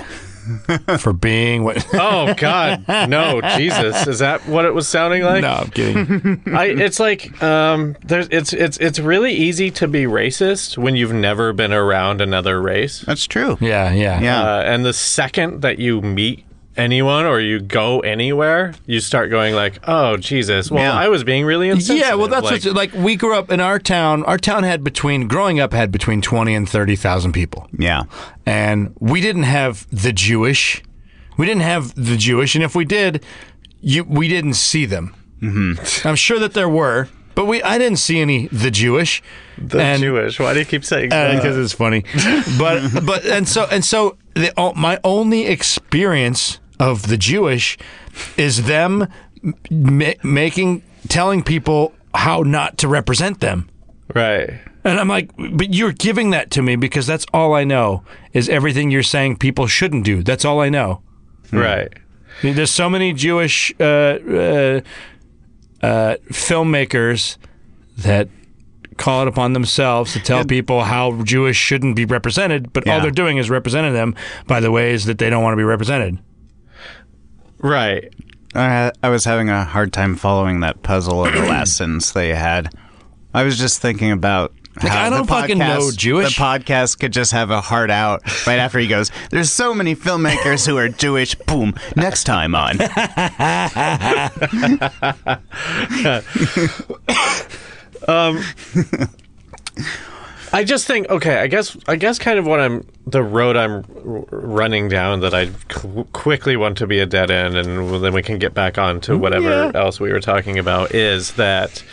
for being what. oh God, no, Jesus, is that what it was sounding like? no, I'm kidding. I, it's like um, there's it's it's it's really easy to be racist when you've never been around another race. That's true. Yeah, yeah, Yeah. Uh, and the second that you meet anyone or you go anywhere, you start going like, "Oh Jesus!" Well, Yeah. I was being really insensitive. Yeah, well, that's like, what's like. We grew up in our town. Our town had between growing up had between twenty and thirty thousand people, Yeah. and we didn't have the Jewish. We didn't have the Jewish, and if we did, you we didn't see them. Mm-hmm. I'm sure that there were, but we I didn't see any the Jewish. the and- Jewish. Why do you keep saying that? Uh, because it's funny. But but and so and so the, oh, my only experience of the Jewish is them ma- making telling people how not to represent them. Right. And I'm like, but you're giving that to me because that's all I know is everything you're saying people shouldn't do. That's all I know. Hmm. Right. There's so many Jewish uh, uh, uh, filmmakers that call it upon themselves to tell people how Jewish shouldn't be represented, but all Yeah. they're doing is representing them by the ways that they don't want to be represented. Right. I, I was having a hard time following that puzzle of the last sentence they had. I was just thinking about. how I the don't fucking podcast- know Jewish. The podcast could just have a heart out right after he goes. There's so many filmmakers who are Jewish. Boom. Next time on. I just think okay. I guess I guess kind of what I'm the road I'm r- running down that I qu- quickly want to be a dead end, and then we can get back on Mm, to whatever else we were talking about. Is that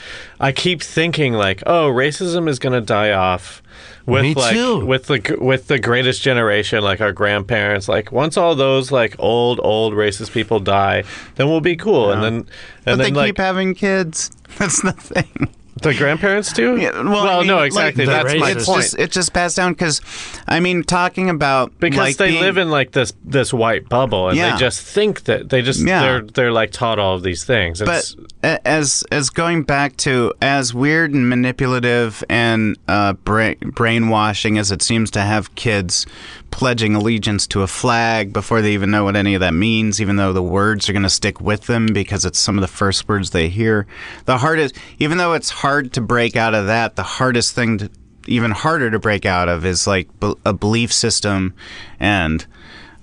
I keep thinking like, oh, racism is going to die off with Me like too. with the g- with the greatest generation, like our grandparents. Like once all those like old old racist people die, then we'll be cool, and then and But then they like keep having kids. That's the thing. the grandparents do. Yeah, well, I mean, no, like, exactly. the that's my racist- it's point. just it's just passed down because, I mean, talking about because like, they being- live in like this this white bubble and Yeah. they just think that they just Yeah. they're they're like taught all of these things. but It's, a- as as going back to as weird and manipulative and uh, bra- brainwashing as it seems to have kids pledging allegiance to a flag before they even know what any of that means, even though the words are going to stick with them because it's some of the first words they hear. The hardest, even though it's hard to break out of that, the hardest thing to even harder to break out of is like b- a belief system and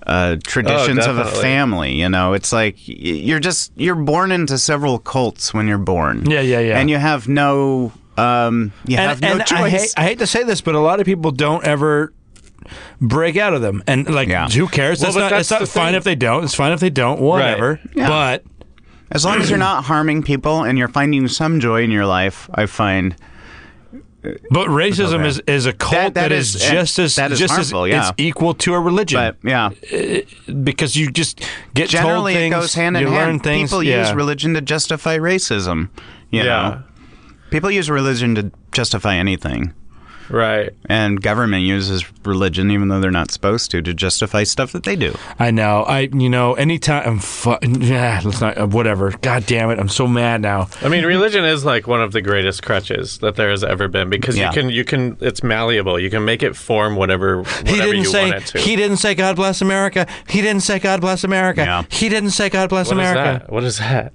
uh, traditions of a Oh, definitely. family. You know, it's like y- you're just you're born into several cults when you're born. Yeah, yeah, yeah. And you have no, um, you have no choice. I hate, I hate to say this, but a lot of people don't ever break out of them. And like, Yeah. who cares? Well, That's but not, that's it's not the fine thing. if they don't. It's fine if they don't. Whatever. But as long as you're not harming people and you're finding some joy in your life, I find but racism is, is a cult That- that that is, is- and just as that is just harmful, as yeah. it's equal to a religion. But yeah, because you just get generally told it things, goes hand in you hand. learn things. people yeah. use religion to justify racism. You yeah, know, people use religion to justify anything. right. And government uses religion, even though they're not supposed to, to justify stuff that they do. I know. I you know. Anytime I'm fu- yeah, let's not. uh, Whatever. God damn it! I'm so mad now. I mean, religion is like one of the greatest crutches that there has ever been because Yeah. you can you can it's malleable. You can make it form whatever whatever He didn't you say. want it to. He didn't say. God bless America. He didn't say. God bless America. Yeah. He didn't say. God bless What is America. that? What is that?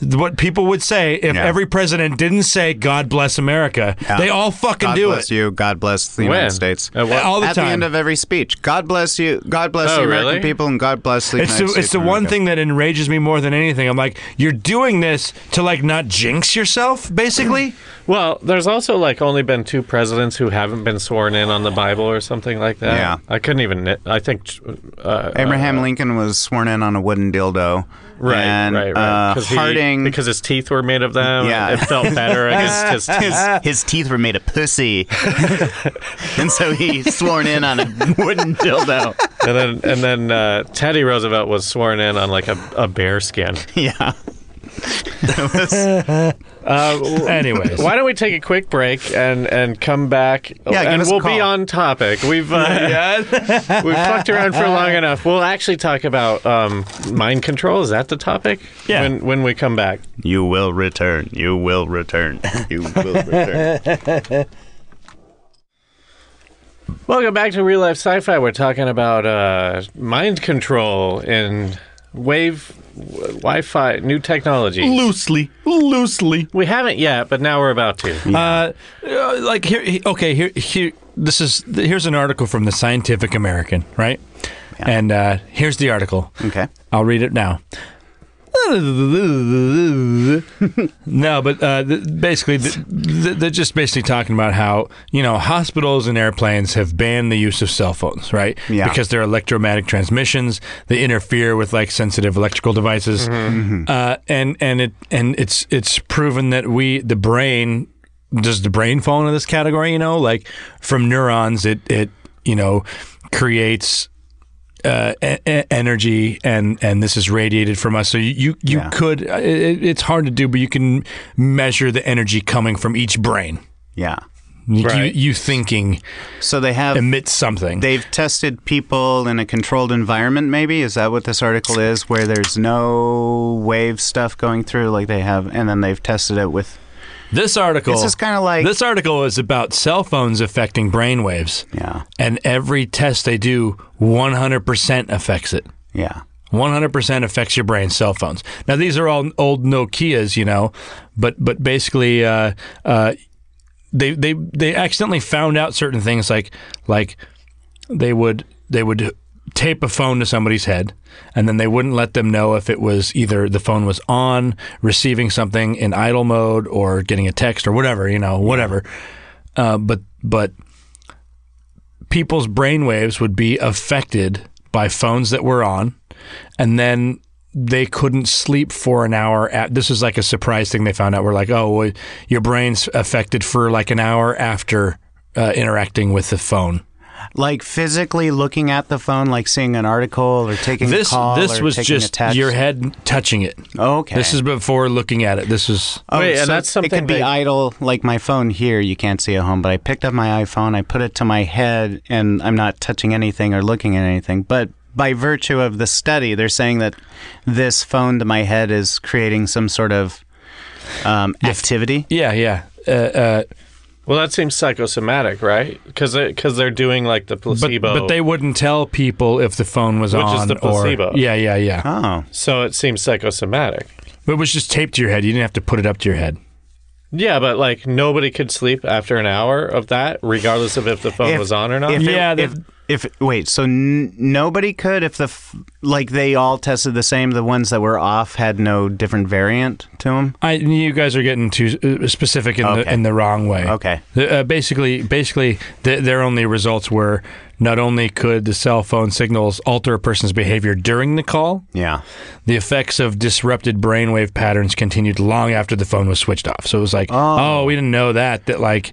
What people would say if Yeah. every president didn't say. God bless America. They all fucking God do bless it you. God bless the When? Uh, United States. At what- all the At time. the end of every speech, God bless you. God bless Oh, the American really? people, and God bless the it's United the, States it's the of one America. thing that enrages me more than anything. I'm like, you're doing this to like not jinx yourself, basically. Well, there's also like only been two presidents who haven't been sworn in on the Bible or something like that. Yeah. I couldn't even. I think uh, Abraham Lincoln was sworn in on a wooden dildo. Right, and, right, right. Uh, he- Harding, because his teeth were made of them. Yeah. it felt better against his teeth. his teeth were made of pussy, and so he's sworn in on a wooden dildo. And then, and then uh, Teddy Roosevelt was sworn in on like a, a bear skin. Yeah. It was- Anyways, Why don't we take a quick break and and come back? give and us a we'll call. be on topic. We've uh, we've fucked around for long enough. We'll actually talk about um, mind control. Is that the topic? Yeah. When when we come back. you will return. You will return. You will return. Welcome back to Real Life Sci-Fi. We're talking about uh, mind control and wave w- Wi-Fi new technology. loosely, loosely. We haven't yet, but now we're about to. Uh, uh, like here, he- okay, here, here. This is here's an article from the Scientific American, right? And uh, here's the article. Okay. I'll read it now. no, but uh, th- basically, th- th- they're just basically talking about how you know hospitals and airplanes have banned the use of cell phones, right? Yeah. Because they're electromagnetic transmissions. They interfere with like sensitive electrical devices, uh, and and it and it's it's proven that we the brain does the brain fall into this category? You know, like from neurons, it it you know creates uh, e- e- energy and and this is radiated from us. So you you, you Yeah. could uh, it, it- it's hard to do, but you can measure the energy coming from each brain. Yeah. You- Right. You, you thinking So they have emits something. they've tested people in a controlled environment maybe is that what this article is where there's no wave stuff going through like they have and then they've tested it with this article. This is kinda like- this article is about cell phones affecting brain waves, yeah and every test they do, one hundred percent affects it. yeah 100% affects your brain cell phones now these are all old nokias you know but but basically uh, uh, they they they accidentally found out certain things like like they would they would tape a phone to somebody's head and then they wouldn't let them know if it was either the phone was on receiving something in idle mode or getting a text or whatever you know whatever uh, but but people's brainwaves would be affected by phones that were on, and then they couldn't sleep for an hour. At this is like a surprise thing they found out. We're like, oh, well, your brain's affected for like an hour after uh, interacting with the phone. Like physically looking at the phone, like seeing an article or taking This a call. this or was taking a just text. your head touching it. Okay. This is before looking at it. This is Oh, Wait, and that's It something could be that- idle, like my phone here. You can't see at home, but I picked up my iPhone, I put it to my head, and I'm not touching anything or looking at anything. But by virtue of the study, they're saying that this phone to my head is creating some sort of um, activity. yeah, yeah. Uh, uh, Well, that seems psychosomatic, right? Because because they're doing like the but, placebo. but they wouldn't tell people if the phone was Which is on. the placebo. Or, yeah, yeah, yeah. Oh, so it seems psychosomatic. But it was just taped to your head. You didn't have to put it up to your head. Yeah, but like nobody could sleep after an hour of that, regardless of if the phone If- was on or not. if it- Yeah, if, if wait, so n- nobody could if the f- like they all tested the same. The ones that were off had no different variant to them. I, you guys are getting too uh, specific in, the, Okay. in the wrong way. Okay. The- Uh, basically, basically, th- their only results were not only could the cell phone signals alter a person's behavior during the call, Yeah. the effects of disrupted brainwave patterns continued long after the phone was switched off. So it was like, oh, we didn't know that. That like,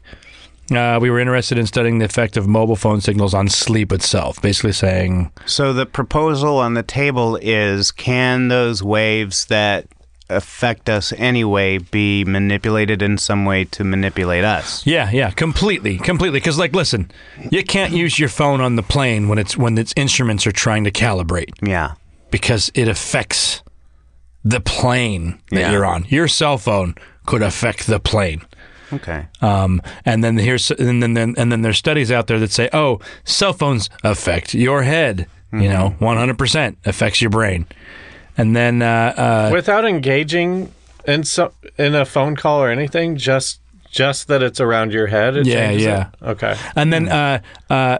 uh, we were interested in studying the effect of mobile phone signals on sleep itself. Basically, saying So the proposal on the table is can those waves that affect us anyway be manipulated in some way to manipulate us? Yeah, yeah, completely, completely. Because like, listen, you can't use your phone on the plane when it's when its instruments are trying to calibrate Yeah. because it affects the plane that Yeah. you're on. Your cell phone could affect the plane. Okay. Um, and then here's and then, then and then there's studies out there that say, oh, cell phones affect your head. You know, 100% affects your brain. And then uh, uh, Without engaging in some in a phone call or anything, just just that it's around your head. It Yeah, changes it? yeah. Okay. And then uh, uh,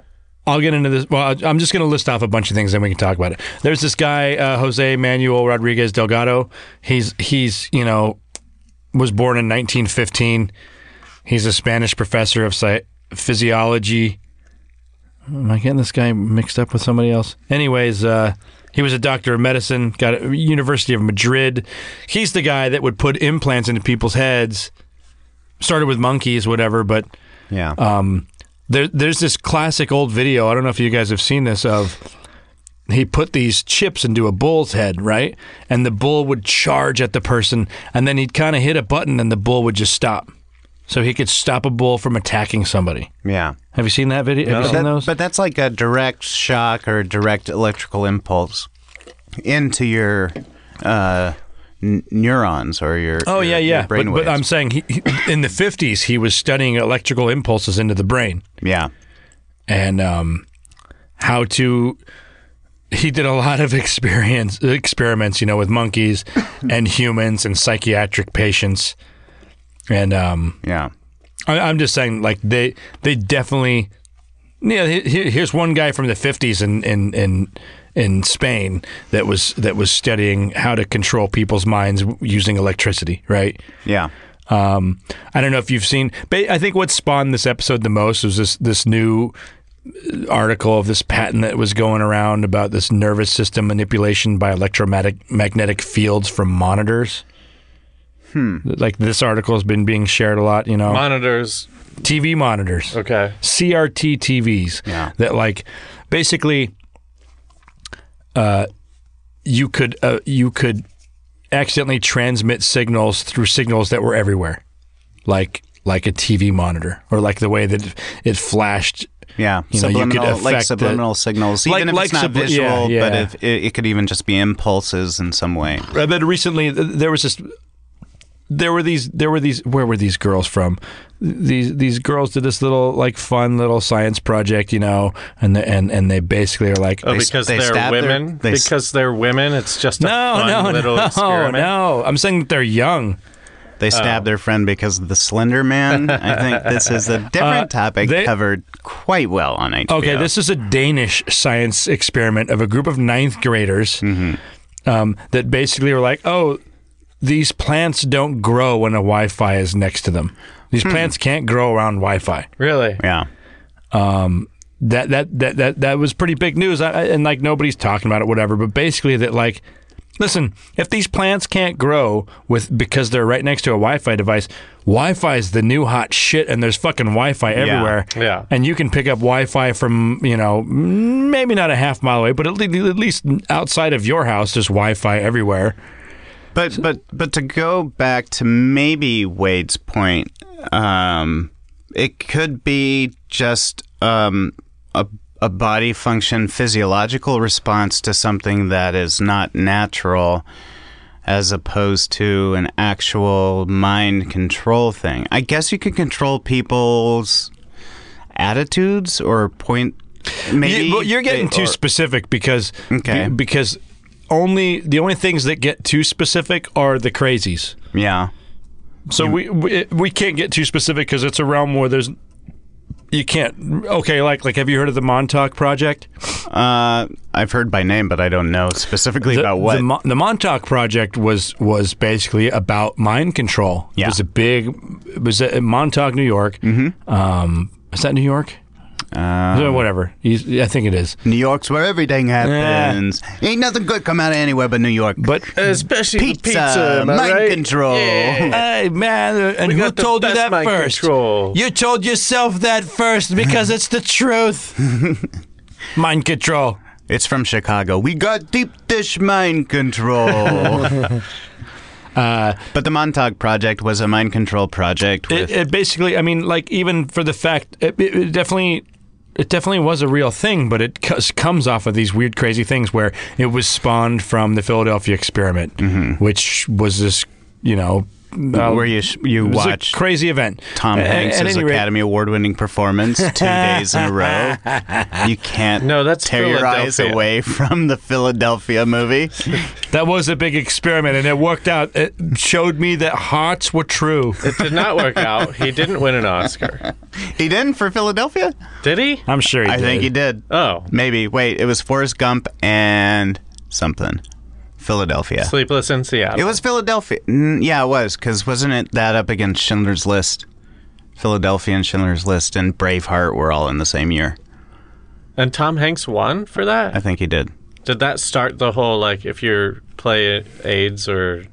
I'll get into this. Well, I'm just going to list off a bunch of things, and we can talk about it. There's this guy, uh, Jose Manuel Rodriguez Delgado. He's he's you know was born in 1915. He's a Spanish professor of psy- physiology. Am I getting this guy mixed up with somebody else? Anyways, uh, he was a doctor of medicine, got a University of Madrid. He's the guy that would put implants into people's heads. Started with monkeys, whatever, but Yeah. um, there, there's this classic old video. I don't know if you guys have seen this of he put these chips into a bull's head, right? And the bull would charge at the person, and then he'd kind of hit a button, and the bull would just stop. So he could stop a bull from attacking somebody. yeah. Have you seen that video? Have you But, seen that- those? but that's like a direct shock or a direct electrical impulse into your uh, n- neurons or your oh your- yeah, your yeah. But, brainwaves. but I'm saying he, he, in the 50s he was studying electrical impulses into the brain. yeah. and um, how to. He did a lot of experience experiments, you know, with monkeys and humans and psychiatric patients, and um, Yeah. I, I'm just saying, like they they definitely. Yeah, he- he- here's one guy from the 50s in in in in Spain that was that was studying how to control people's minds using electricity, right? Yeah. Um, I don't know if you've seen. Ba- I think what spawned this episode the most was this this new article of this patent that was going around about this nervous system manipulation by electromagnetic magnetic fields from monitors. Hmm. Like this article has been being shared a lot. You know, Monitors. TV monitors. Okay. CRT TVs Yeah. that like basically uh you could uh, you could accidentally transmit signals through signals that were everywhere like like a TV monitor or like the way that it flashed Yeah, You know, you could subliminal, like affect the- subliminal signals, Like- even if like it's not subli- visual, yeah, yeah. but if, it, it could even just be impulses in some way. I bet recently th- there was just there were these there were these where were these girls from these these girls did this little like fun little science project you know and the, and and they basically are like Oh, They s- because they they are stab their- women. they s- because they're women. It's just a no fun no little no experiment. no I'm saying that they're young They oh. stab their friend because of the Slender Man. I think this is a different topic Uh, they- covered quite well on HBO. Okay, this is a Danish science experiment of a group of ninth graders Mm-hmm. um, that basically were like, oh, these plants don't grow when a Wi Fi is next to them. Hmm. These plants can't grow around Wi-Fi. Really? Yeah. That that that that that was pretty big news, I, I- and like nobody's talking about it, whatever. But basically, that like, listen, if these plants can't grow with because they're right next to a Wi-Fi device, Wi-Fi is the new hot shit, and there's fucking Wi-Fi everywhere. Yeah. and you can pick up Wi-Fi from you know maybe not a half mile away, but at, le- at least outside of your house, there's Wi-Fi everywhere. But but but to go back to maybe Wade's point, um, it could be just um, a a body function physiological response to something that is not natural, as opposed to an actual mind control thing. I guess you could control people's attitudes or point. Maybe You, well, you're getting they- too or- specific because Okay. be- because only the only things that get too specific are the crazies. yeah. So we, we we can't get too specific because it's a realm where there's you can't. Okay, like like have you heard of the Montauk Project? Uh, I've heard by name, but I don't know specifically about what. The, Mo- the Montauk Project was was basically about mind control. Yeah. It was a big. It was at Montauk, New York. Mm-hmm. Um, is that New York? Uh, whatever. He's- I think it is. New York's where everything happens. Ain't nothing good come out of anywhere but New York. But Especially the pizza, pizza am I mind right? control. Hey man, uh, and We who got the told you best that mind first? control. You told yourself that first because it's the truth. mind control. It's from Chicago. We got deep dish mind control. Uh, but the Montauk Project was a mind control project. With, It, it basically, I mean, like even for the fact, it, it- it definitely. It definitely was a real thing, but it cus- comes off of these weird, crazy things where it was spawned from the Philadelphia experiment, which was this, you know, uh, Mm-hmm. where you sh- you it was a watch crazy event. Tom A- a- at Hanks's any rate- Academy Award-winning performance two days in a row. You can't No, that's tear your eyes Philadelphia. away from the Philadelphia movie. That was a big experiment, and it worked out. It showed me that hearts were true. It did not work out. He didn't win an Oscar. he didn't for Philadelphia. Did he? I'm sure he I did. think he did. Oh. Maybe. Wait, it was Forrest Gump and something. Philadelphia. Sleepless in Seattle. It was Philadelphia. Mm, yeah, it was, because wasn't it that up against Schindler's List? Philadelphia and Schindler's List and Braveheart were all in the same year. and Tom Hanks won for that? I think he did. Did that start the whole like if you're play AIDS or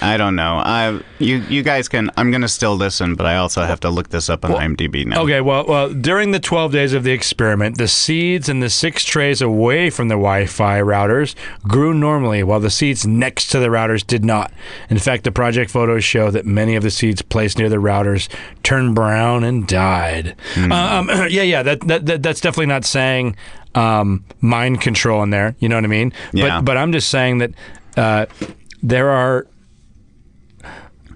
I don't know. I you you guys can. I'm gonna still listen, but I also have to look this up on IMDb now. Okay, well, well, during the 12 days of the experiment, the seeds in the six trays away from the Wi Fi routers grew normally, while the seeds next to the routers did not. In fact, the project photos show that many of the seeds placed near the routers turned brown and died. Hmm. Um, yeah, yeah, that, that, that that's definitely not saying um, mind control in there. You know what I mean? Yeah. But, but I'm just saying that uh, there are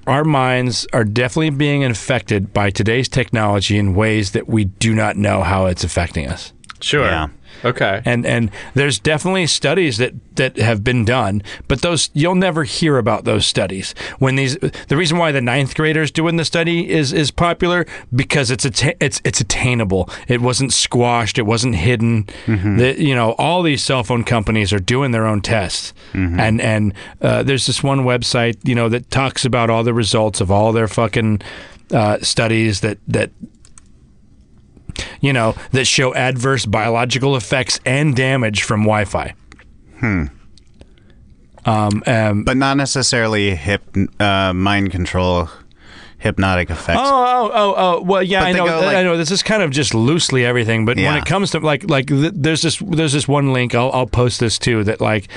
our minds are definitely being infected by today's technology in ways that we do not know how it's affecting us. sure. Yeah. Okay. And and there's definitely studies that that have been done, but those you'll never hear about those studies. When these the reason why the ninth graders doing the study is is popular because it's atta- it's it's attainable. It wasn't squashed. It wasn't hidden. The- you know all these cell phone companies are doing their own tests, and and uh, there's this one website you know that talks about all the results of all their fucking uh, studies that that you know, that show adverse biological effects and damage from Wi-Fi. Hmm. Um, um, But not necessarily hip uh, mind control, hypnotic effects. oh, oh, oh, oh. Well, yeah, But I they know, go, like- I know. This is kind of just loosely everything, but when Yeah. it comes to like, like, th- there's this, there's this one link. I'll, I'll post this too. That like,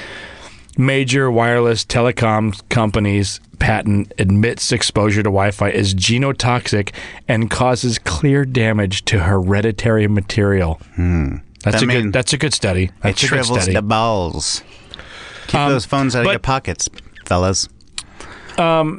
major wireless telecom companies patent admits exposure to Wi-Fi is genotoxic and causes clear damage to hereditary material. Hmm. That's That a mean- good. That's a good study. it That's a good shrivels study. the balls. Keep Um, those phones out but- of your pockets, fellas.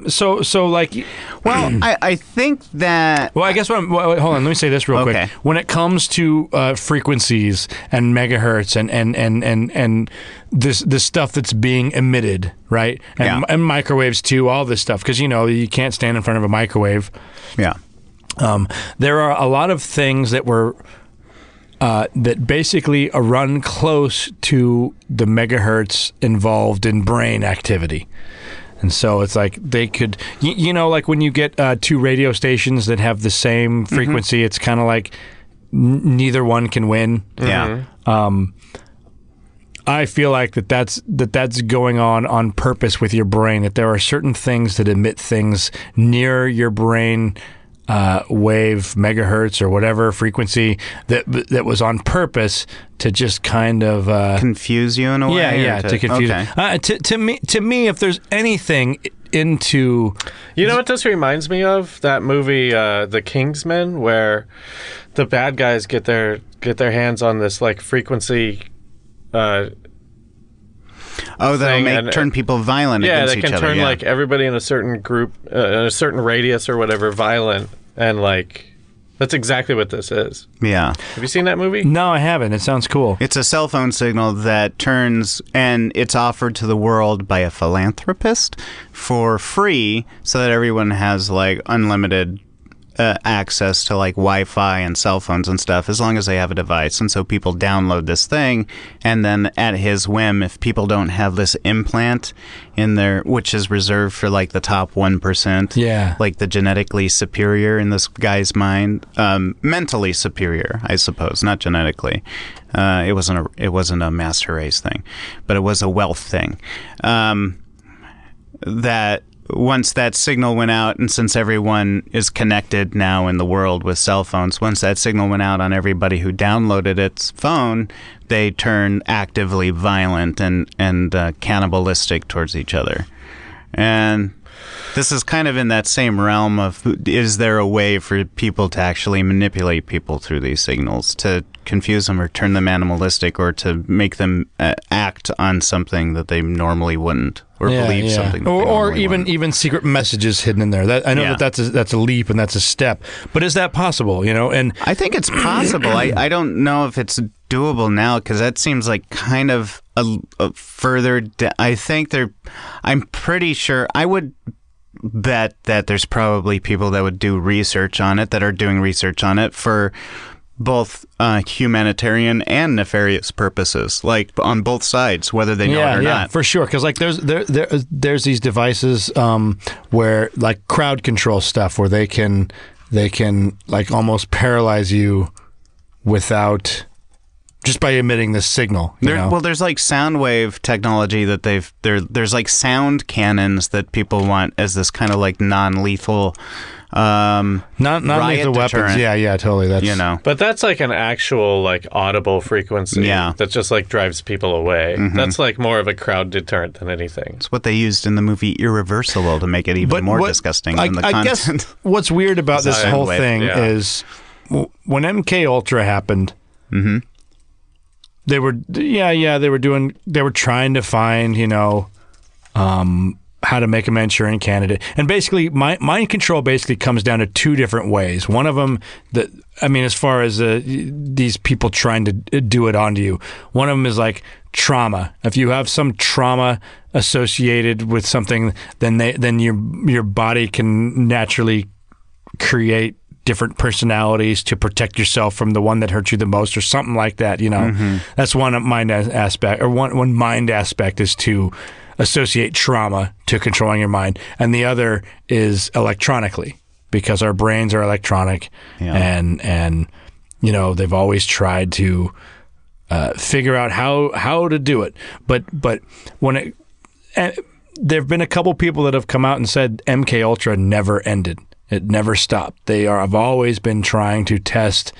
So, so like, Well, I, I think that well, I guess what I'm, wait, wait, hold on, let me say this real Okay. quick. When it comes to uh, frequencies and megahertz and, and, and, and, and this, this stuff that's being emitted, right? And, Yeah. and microwaves too, all this stuff. Cause you know, you can't stand in front of a microwave. yeah. Um, there are a lot of things that were, uh, that basically uh, run close to the megahertz involved in brain activity. And so it's like they could, you, you know, like when you get uh, two radio stations that have the same frequency, it's kind of like n- neither one can win. Yeah. I feel like that that's that that's going on on purpose with your brain. That there are certain things that emit things near your brain uh, wave megahertz or whatever frequency that that was on purpose to just kind of uh, Confuse you in a way. yeah or yeah to, confuse. Okay. Uh, to to me to me if there's anything into You know what this reminds me of? That movie, uh, The Kingsmen, where the bad guys get their get their hands on this like frequency. Uh, Oh, that'll thing make and- turn people violent yeah, against they can each other. turn yeah. like everybody in a certain group, uh, in a certain radius or whatever, violent and like. That's exactly what this is. yeah. Have you seen that movie? no I haven't. It sounds cool. It's a cell phone signal that turns and it's offered to the world by a philanthropist for free so that everyone has like unlimited uh, access to like Wi-Fi and cell phones and stuff as long as they have a device. And so people download this thing, and then at his whim, if people don't have this implant in their, which is reserved for like the top one percent, Yeah. like the genetically superior in this guy's mind, um, mentally superior, I suppose, not genetically. Uh, it wasn't a it wasn't a master race thing, but it was a wealth thing. Um, that once that signal went out, and since everyone is connected now in the world with cell phones, once that signal went out on everybody who downloaded its phone, they turned actively violent and and uh, cannibalistic towards each other. And this is kind of in that same realm of is there a way for people to actually manipulate people through these signals to confuse them or turn them animalistic or to make them uh, act on something that they normally wouldn't or believe something that or, they or normally even wouldn't. even secret messages hidden in there. That I know Yeah. that that's a, that's a leap and that's a step, but is that possible? You know, and I think it's possible. I, I don't know if it's doable now because that seems like kind of a, a further. d I I think they're. I'm pretty sure. I would bet that there's probably people that would do research on it that are doing research on it for both uh, humanitarian and nefarious purposes, like on both sides, whether they know it or not. for sure. Because like there's there, there there's these devices um, where like crowd control stuff where they can they can like almost paralyze you without just by emitting this signal. You There, know? Well, there's like sound wave technology that they've there. There's like sound cannons that people want as this kind of like non-lethal. Um, not not riot lethal weapons. deterrent. Yeah, yeah, totally. That's you know, But that's like an actual like audible frequency Yeah. that just like drives people away. That's like more of a crowd deterrent than anything. it's what they used in the movie Irreversible to make it even more what- disgusting I, than the I content. guess what's weird about this Sound whole wave, thing yeah. is w- when MK Ultra happened. Mm-hmm. They were yeah yeah they were doing they were trying to find you know um, how to make a Manchurian candidate and basically mind, mind control basically comes down to two different ways. One of them that I mean as far as uh, these people trying to do it onto you. One of them is like trauma. If you have some trauma associated with something, then they then your your body can naturally create different personalities to protect yourself from the one that hurt you the most or something like that you know that's one mind as- aspect or one, one mind aspect is to associate trauma to controlling your mind and the other is electronically because our brains are electronic and and you know they've always tried to uh, figure out how how to do it but but when it and there have been a couple people that have come out and said MK Ultra never ended. It never stopped. They are have always been trying to test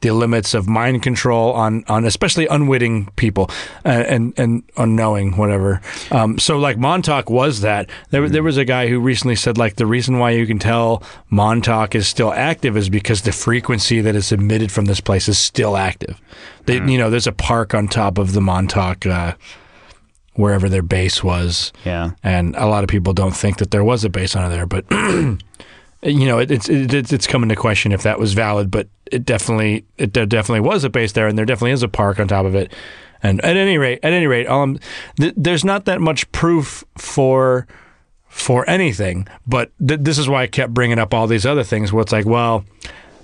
the limits of mind control on, on especially unwitting people uh, and and unknowing whatever. Um, so like Montauk was that. There there was a guy who recently said like the reason why you can tell Montauk is still active is because the frequency that is emitted from this place is still active. They, you know, there's a park on top of the Montauk. Uh, wherever their base was. Yeah. And a lot of people don't think that there was a base on there, but you know, it, it's it, it's it's come into question if that was valid. But it definitely it there definitely was a base there, and there definitely is a park on top of it. And at any rate, at any rate, um, th- there's not that much proof for for anything. But th- this is why I kept bringing up all these other things. Where it's like, well,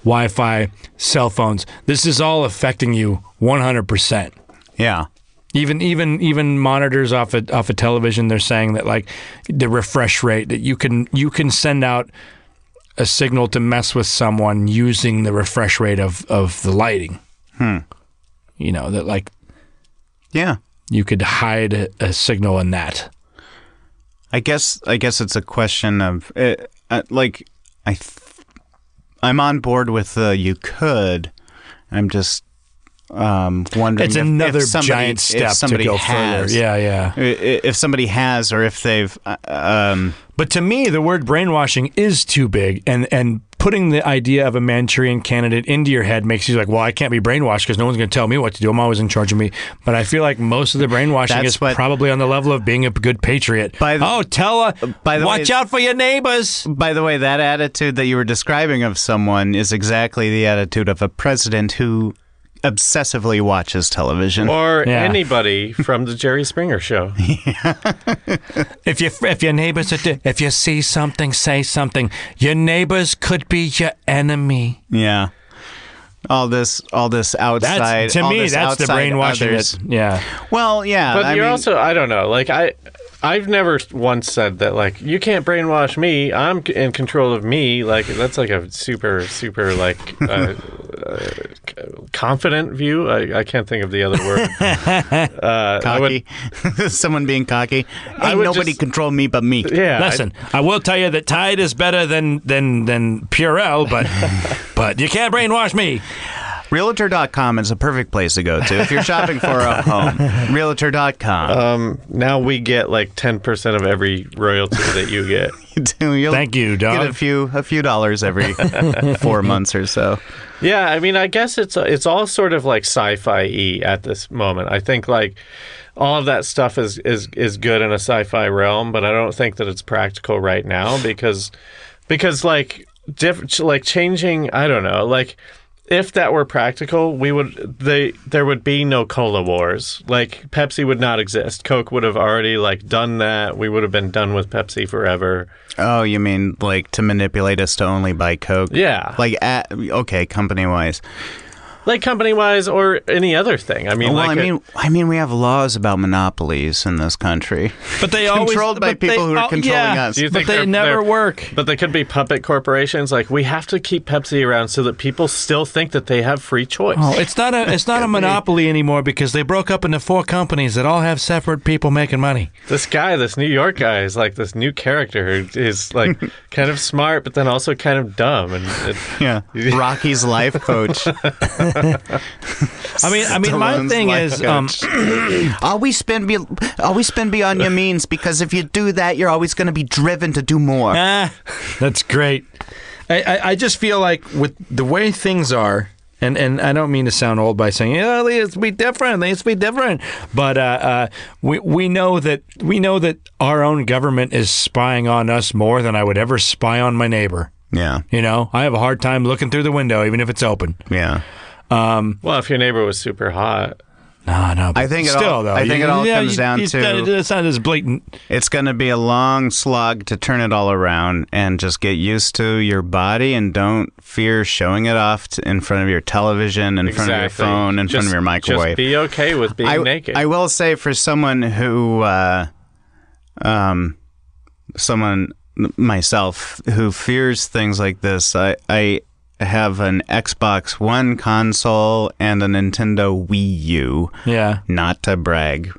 Wi-Fi, cell phones, this is all affecting you 100. percent Yeah. Even even even monitors off a off a television, they're saying that like the refresh rate that you can you can send out a signal to mess with someone using the refresh rate of of the lighting. Hmm. You know that like Yeah. you could hide a, a signal in that. I guess I guess it's a question of uh, uh, like I th- I'm on board with uh, you could. I'm just um, wondering. It's if, another if somebody, giant if step to somebody go has, further. Yeah, yeah. I- i- If somebody has, or if they've, uh, um, But to me, the word brainwashing is too big, and and putting the idea of a Manchurian candidate into your head makes you like, well, I can't be brainwashed because no one's going to tell me what to do. I'm always in charge of me. But I feel like most of the brainwashing That's is what- probably on the level of being a good patriot. By the- oh, tell a, by the watch way- out for your neighbors. by the way, that attitude that you were describing of someone is exactly the attitude of a president who obsessively watches television. Or Yeah. anybody from the Jerry Springer show. If you if your neighbors are di- if you see something, say something. Your neighbors could be your enemy. yeah. All this, all this That's outside. to all me, this that's the outside brainwashing. others. That, yeah. Well, yeah, But I you're mean, also I don't know. Like I I've never once said that like you can't brainwash me. I'm c- in control of me. Like that's like a super super like uh, uh, c- confident view. I, I can't think of the other word. uh, I would- cocky. Someone being cocky. Ain't would nobody just- control me but me. yeah. I- Listen, I, will tell you that Tide is better than than than Purell, but but you can't brainwash me. Realtor.com is a perfect place to go to if you're shopping for a home. Realtor.com. now we get like 10% of every royalty that you get. You'll Thank you, Get dog. a few a few dollars every four months or so. Yeah, I mean, I guess it's it's all sort of like sci-fi e at this moment. I think like all of that stuff is is is good in a sci-fi realm, but I don't think that it's practical right now because because like diff- like changing, I don't know, like if that were practical, we would they there would be no cola wars. Like Pepsi would not exist. Coke would have already like done that. We would have been done with Pepsi forever. Oh, you mean like to manipulate us to only buy Coke? Yeah. Like at, okay, company wise. like company wise or any other thing. I mean, Well, like I it- mean, I mean, we have laws about monopolies in this country. But they always Controlled by but they- people who are oh, controlling yeah, us. Do you But think they they're- never they're- work. But they could be puppet corporations. Like we have to keep Pepsi around so that people still think that they have free choice. Oh, it's not a it's not a monopoly anymore because they broke up into four companies that all have separate people making money. This guy, this New York guy, is like this new character who is like kind of smart, but then also kind of dumb. And it, Yeah. Rocky's life coach. I mean, I mean, my Stallone's thing life is, um, Always spend be always spend beyond your means because if you do that, you're always going to be driven to do more. ah, that's great. I, I, I just feel like with the way things are, and, and I don't mean to sound old by saying, yeah, they used to be different, they used to be different. But uh, uh, we, we know that we know that our own government is spying on us more than I would ever spy on my neighbor. Yeah, You know, I have a hard time looking through the window, even if it's open. yeah. well, if your neighbor was super hot, No, no. but I think it still, all- though, I think it all comes you- down you- to- it's not as blatant. It's going to be a long slog to turn it all around, and just get used to your body and don't fear showing it off t in front of your television, in front of your exactly. phone, in front Just- of your microwave. just be okay with being I, naked. I will say for someone who, uh, um, someone myself who fears things like this, I, I have an Xbox One console and a Nintendo Wii U. Yeah. Not to brag.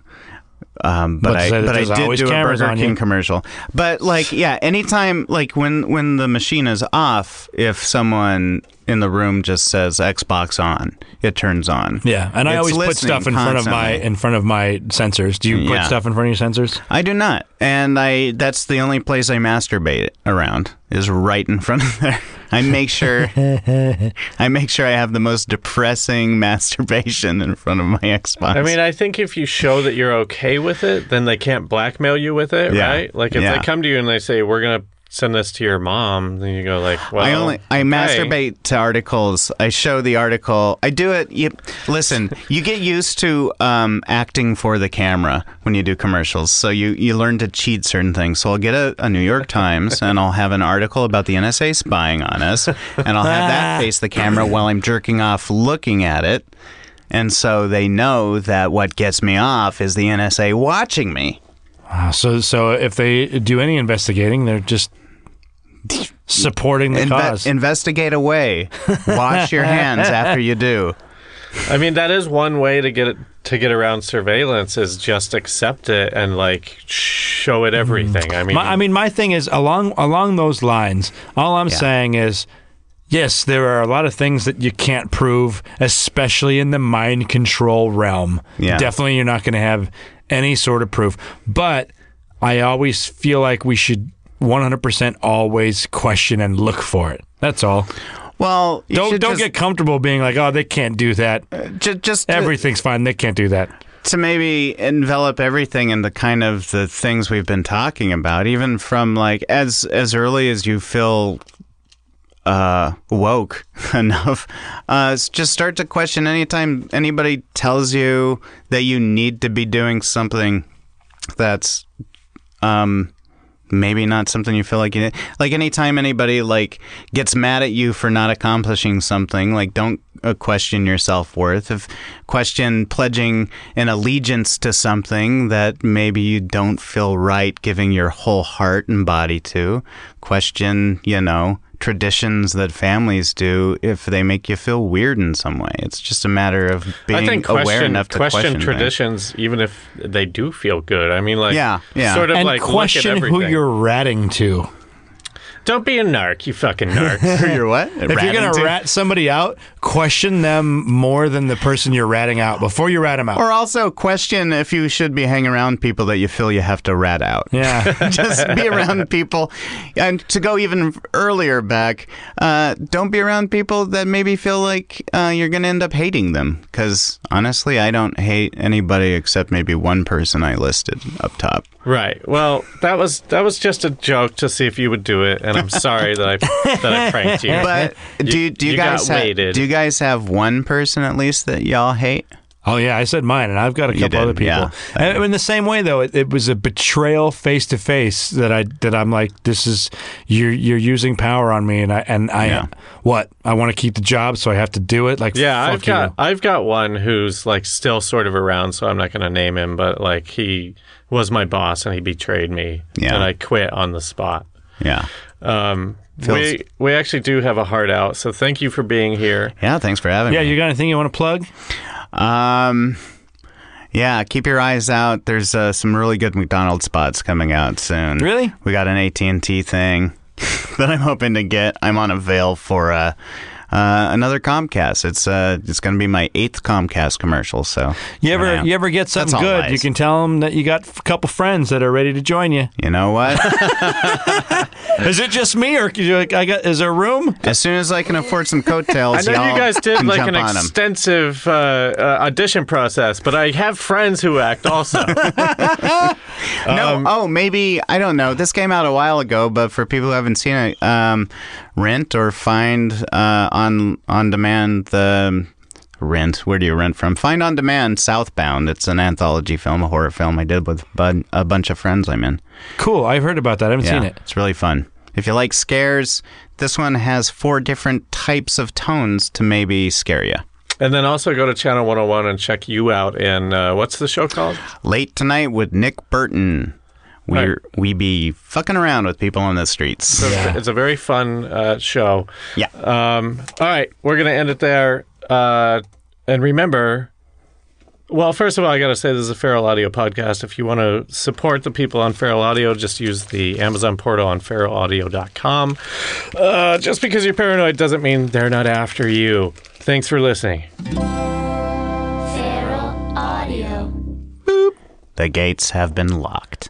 Um, but But to I say that but I there's did always do a cameras Burger on King you. commercial. But like yeah, anytime like when when the machine is off, if someone in the room just says Xbox on, it turns on. Yeah, and I It's always put listening stuff in front of my constantly. in front of my sensors. Do you put Yeah. stuff in front of your sensors? I do not, and I that's the only place I masturbate around is right in front of there. I make sure I make sure I have the most depressing masturbation in front of my Xbox. I mean, I think if you show that you're okay with it, then they can't blackmail you with it, Yeah. right? Like if Yeah. they come to you and they say, "We're gonna send this to your mom," then you go like, "Well, I only I okay." masturbate to articles. I show the article. I do it. You, listen, you get used to um, acting for the camera when you do commercials, so you you learn to cheat certain things. So I'll get a, a New York Times and I'll have an article about the NSA spying on us, and I'll have that face the camera while I'm jerking off, looking at it. And so they know that what gets me off is the NSA watching me. Wow, so so if they do any investigating, they're just supporting the Inve- cause. investigate away. Wash your hands after you do. I mean, that is one way to get it, to get around surveillance is just accept it and like show it everything. I mean, My, I mean, my thing is along along those lines. All I'm saying is, yes, there are a lot of things that you can't prove, especially in the mind control realm. Yeah. Definitely, you're not going to have any sort of proof. But I always feel like we should 100% always question and look for it. That's all. Well, you Don't should don't just, Uh, get comfortable being like, oh, they can't do that. ju- just to- Everything's fine. They can't do that. to maybe envelop everything into kind of the things we've been talking about, even from like as as early as you feel uh, woke enough, uh, s- just start to question anytime anybody tells you that you need to be doing something that's um maybe not something you feel like you like anytime anybody like gets mad at you for not accomplishing something like don't uh, question your self-worth if question pledging an allegiance to something that maybe you don't feel right giving your whole heart and body to question you know traditions that families do if they make you feel weird in some way it's just a matter of being I think aware question enough to question, question, things. traditions, even if they do feel good. I mean, like Yeah, yeah. sort of And like look at question who everything. you're ratting to. Don't be a narc, you fucking narc. You're what If you're gonna rat somebody out, question them more than the person you're ratting out before you rat them out. Or also question if you should be hanging around people that you feel you have to rat out. yeah, Just be around people, and to go even earlier back, uh, don't be around people that maybe feel like uh, you're going to end up hating them. Because honestly, I don't hate anybody except maybe one person I listed up top. right. Well, that was that was just a joke to see if you would do it, and I'm sorry that I that I pranked you. But do do you, you got guys ha- weighted. do you guys have one person at least that y'all hate? oh yeah, I said mine, and I've got a couple did, other people. yeah. And in the same way, though, it, it was a betrayal face to face that I that I'm like, this is you're you're using power on me, and I and I Yeah. what I want to keep the job, so I have to do it. Like Yeah, fuck I've got you. I've got one who's like still sort of around, so I'm not going to name him, but like he was my boss and he betrayed me, Yeah. and I quit on the spot. Yeah, Um, Feels- we we actually do have a heart out, so thank you for being here. yeah. Thanks for having Yeah, me. you got anything you want to plug? Um, yeah, keep your eyes out. There's uh, some really good McDonald's spots coming out soon. Really? We got an AT and T thing that I'm hoping to get. I'm on a veil for uh, uh, another Comcast. It's uh, it's going to be my eighth Comcast commercial. So You ever Yeah. you ever get something all good? lies. You can tell them that you got a couple friends that are ready to join you. you know what? Is it just me, or you like I got? Is there room? as soon as I can afford some coattails, I know y'all you guys did can like jump an on 'em. extensive uh, uh, audition process, but I have friends who act also. No, Um, oh, maybe I don't know. This came out a while ago, but for people who haven't seen it, um, rent or find uh, on on demand the um, rent. Where do you rent from? Find on demand Southbound. It's an anthology film, a horror film I did with bun- a bunch of friends I'm in. Cool. I've heard about that. I haven't Yeah, seen it. It's really fun. If you like scares, this one has four different types of tones to maybe scare you. and then also go to Channel 101 and check you out in uh, what's the show called? Late tonight with Nick Burton. We Right. are we be fucking around with people on the streets. It's a very fun uh, show. Yeah. Um, all right, we're gonna end it there. Uh, and remember, well, first of all, I gotta say this is a Feral Audio podcast. If you want to support the people on Feral Audio, just use the Amazon portal on feralaudio.com. Uh, just because you're paranoid doesn't mean they're not after you. Thanks for listening. Feral Audio. The gates have been locked.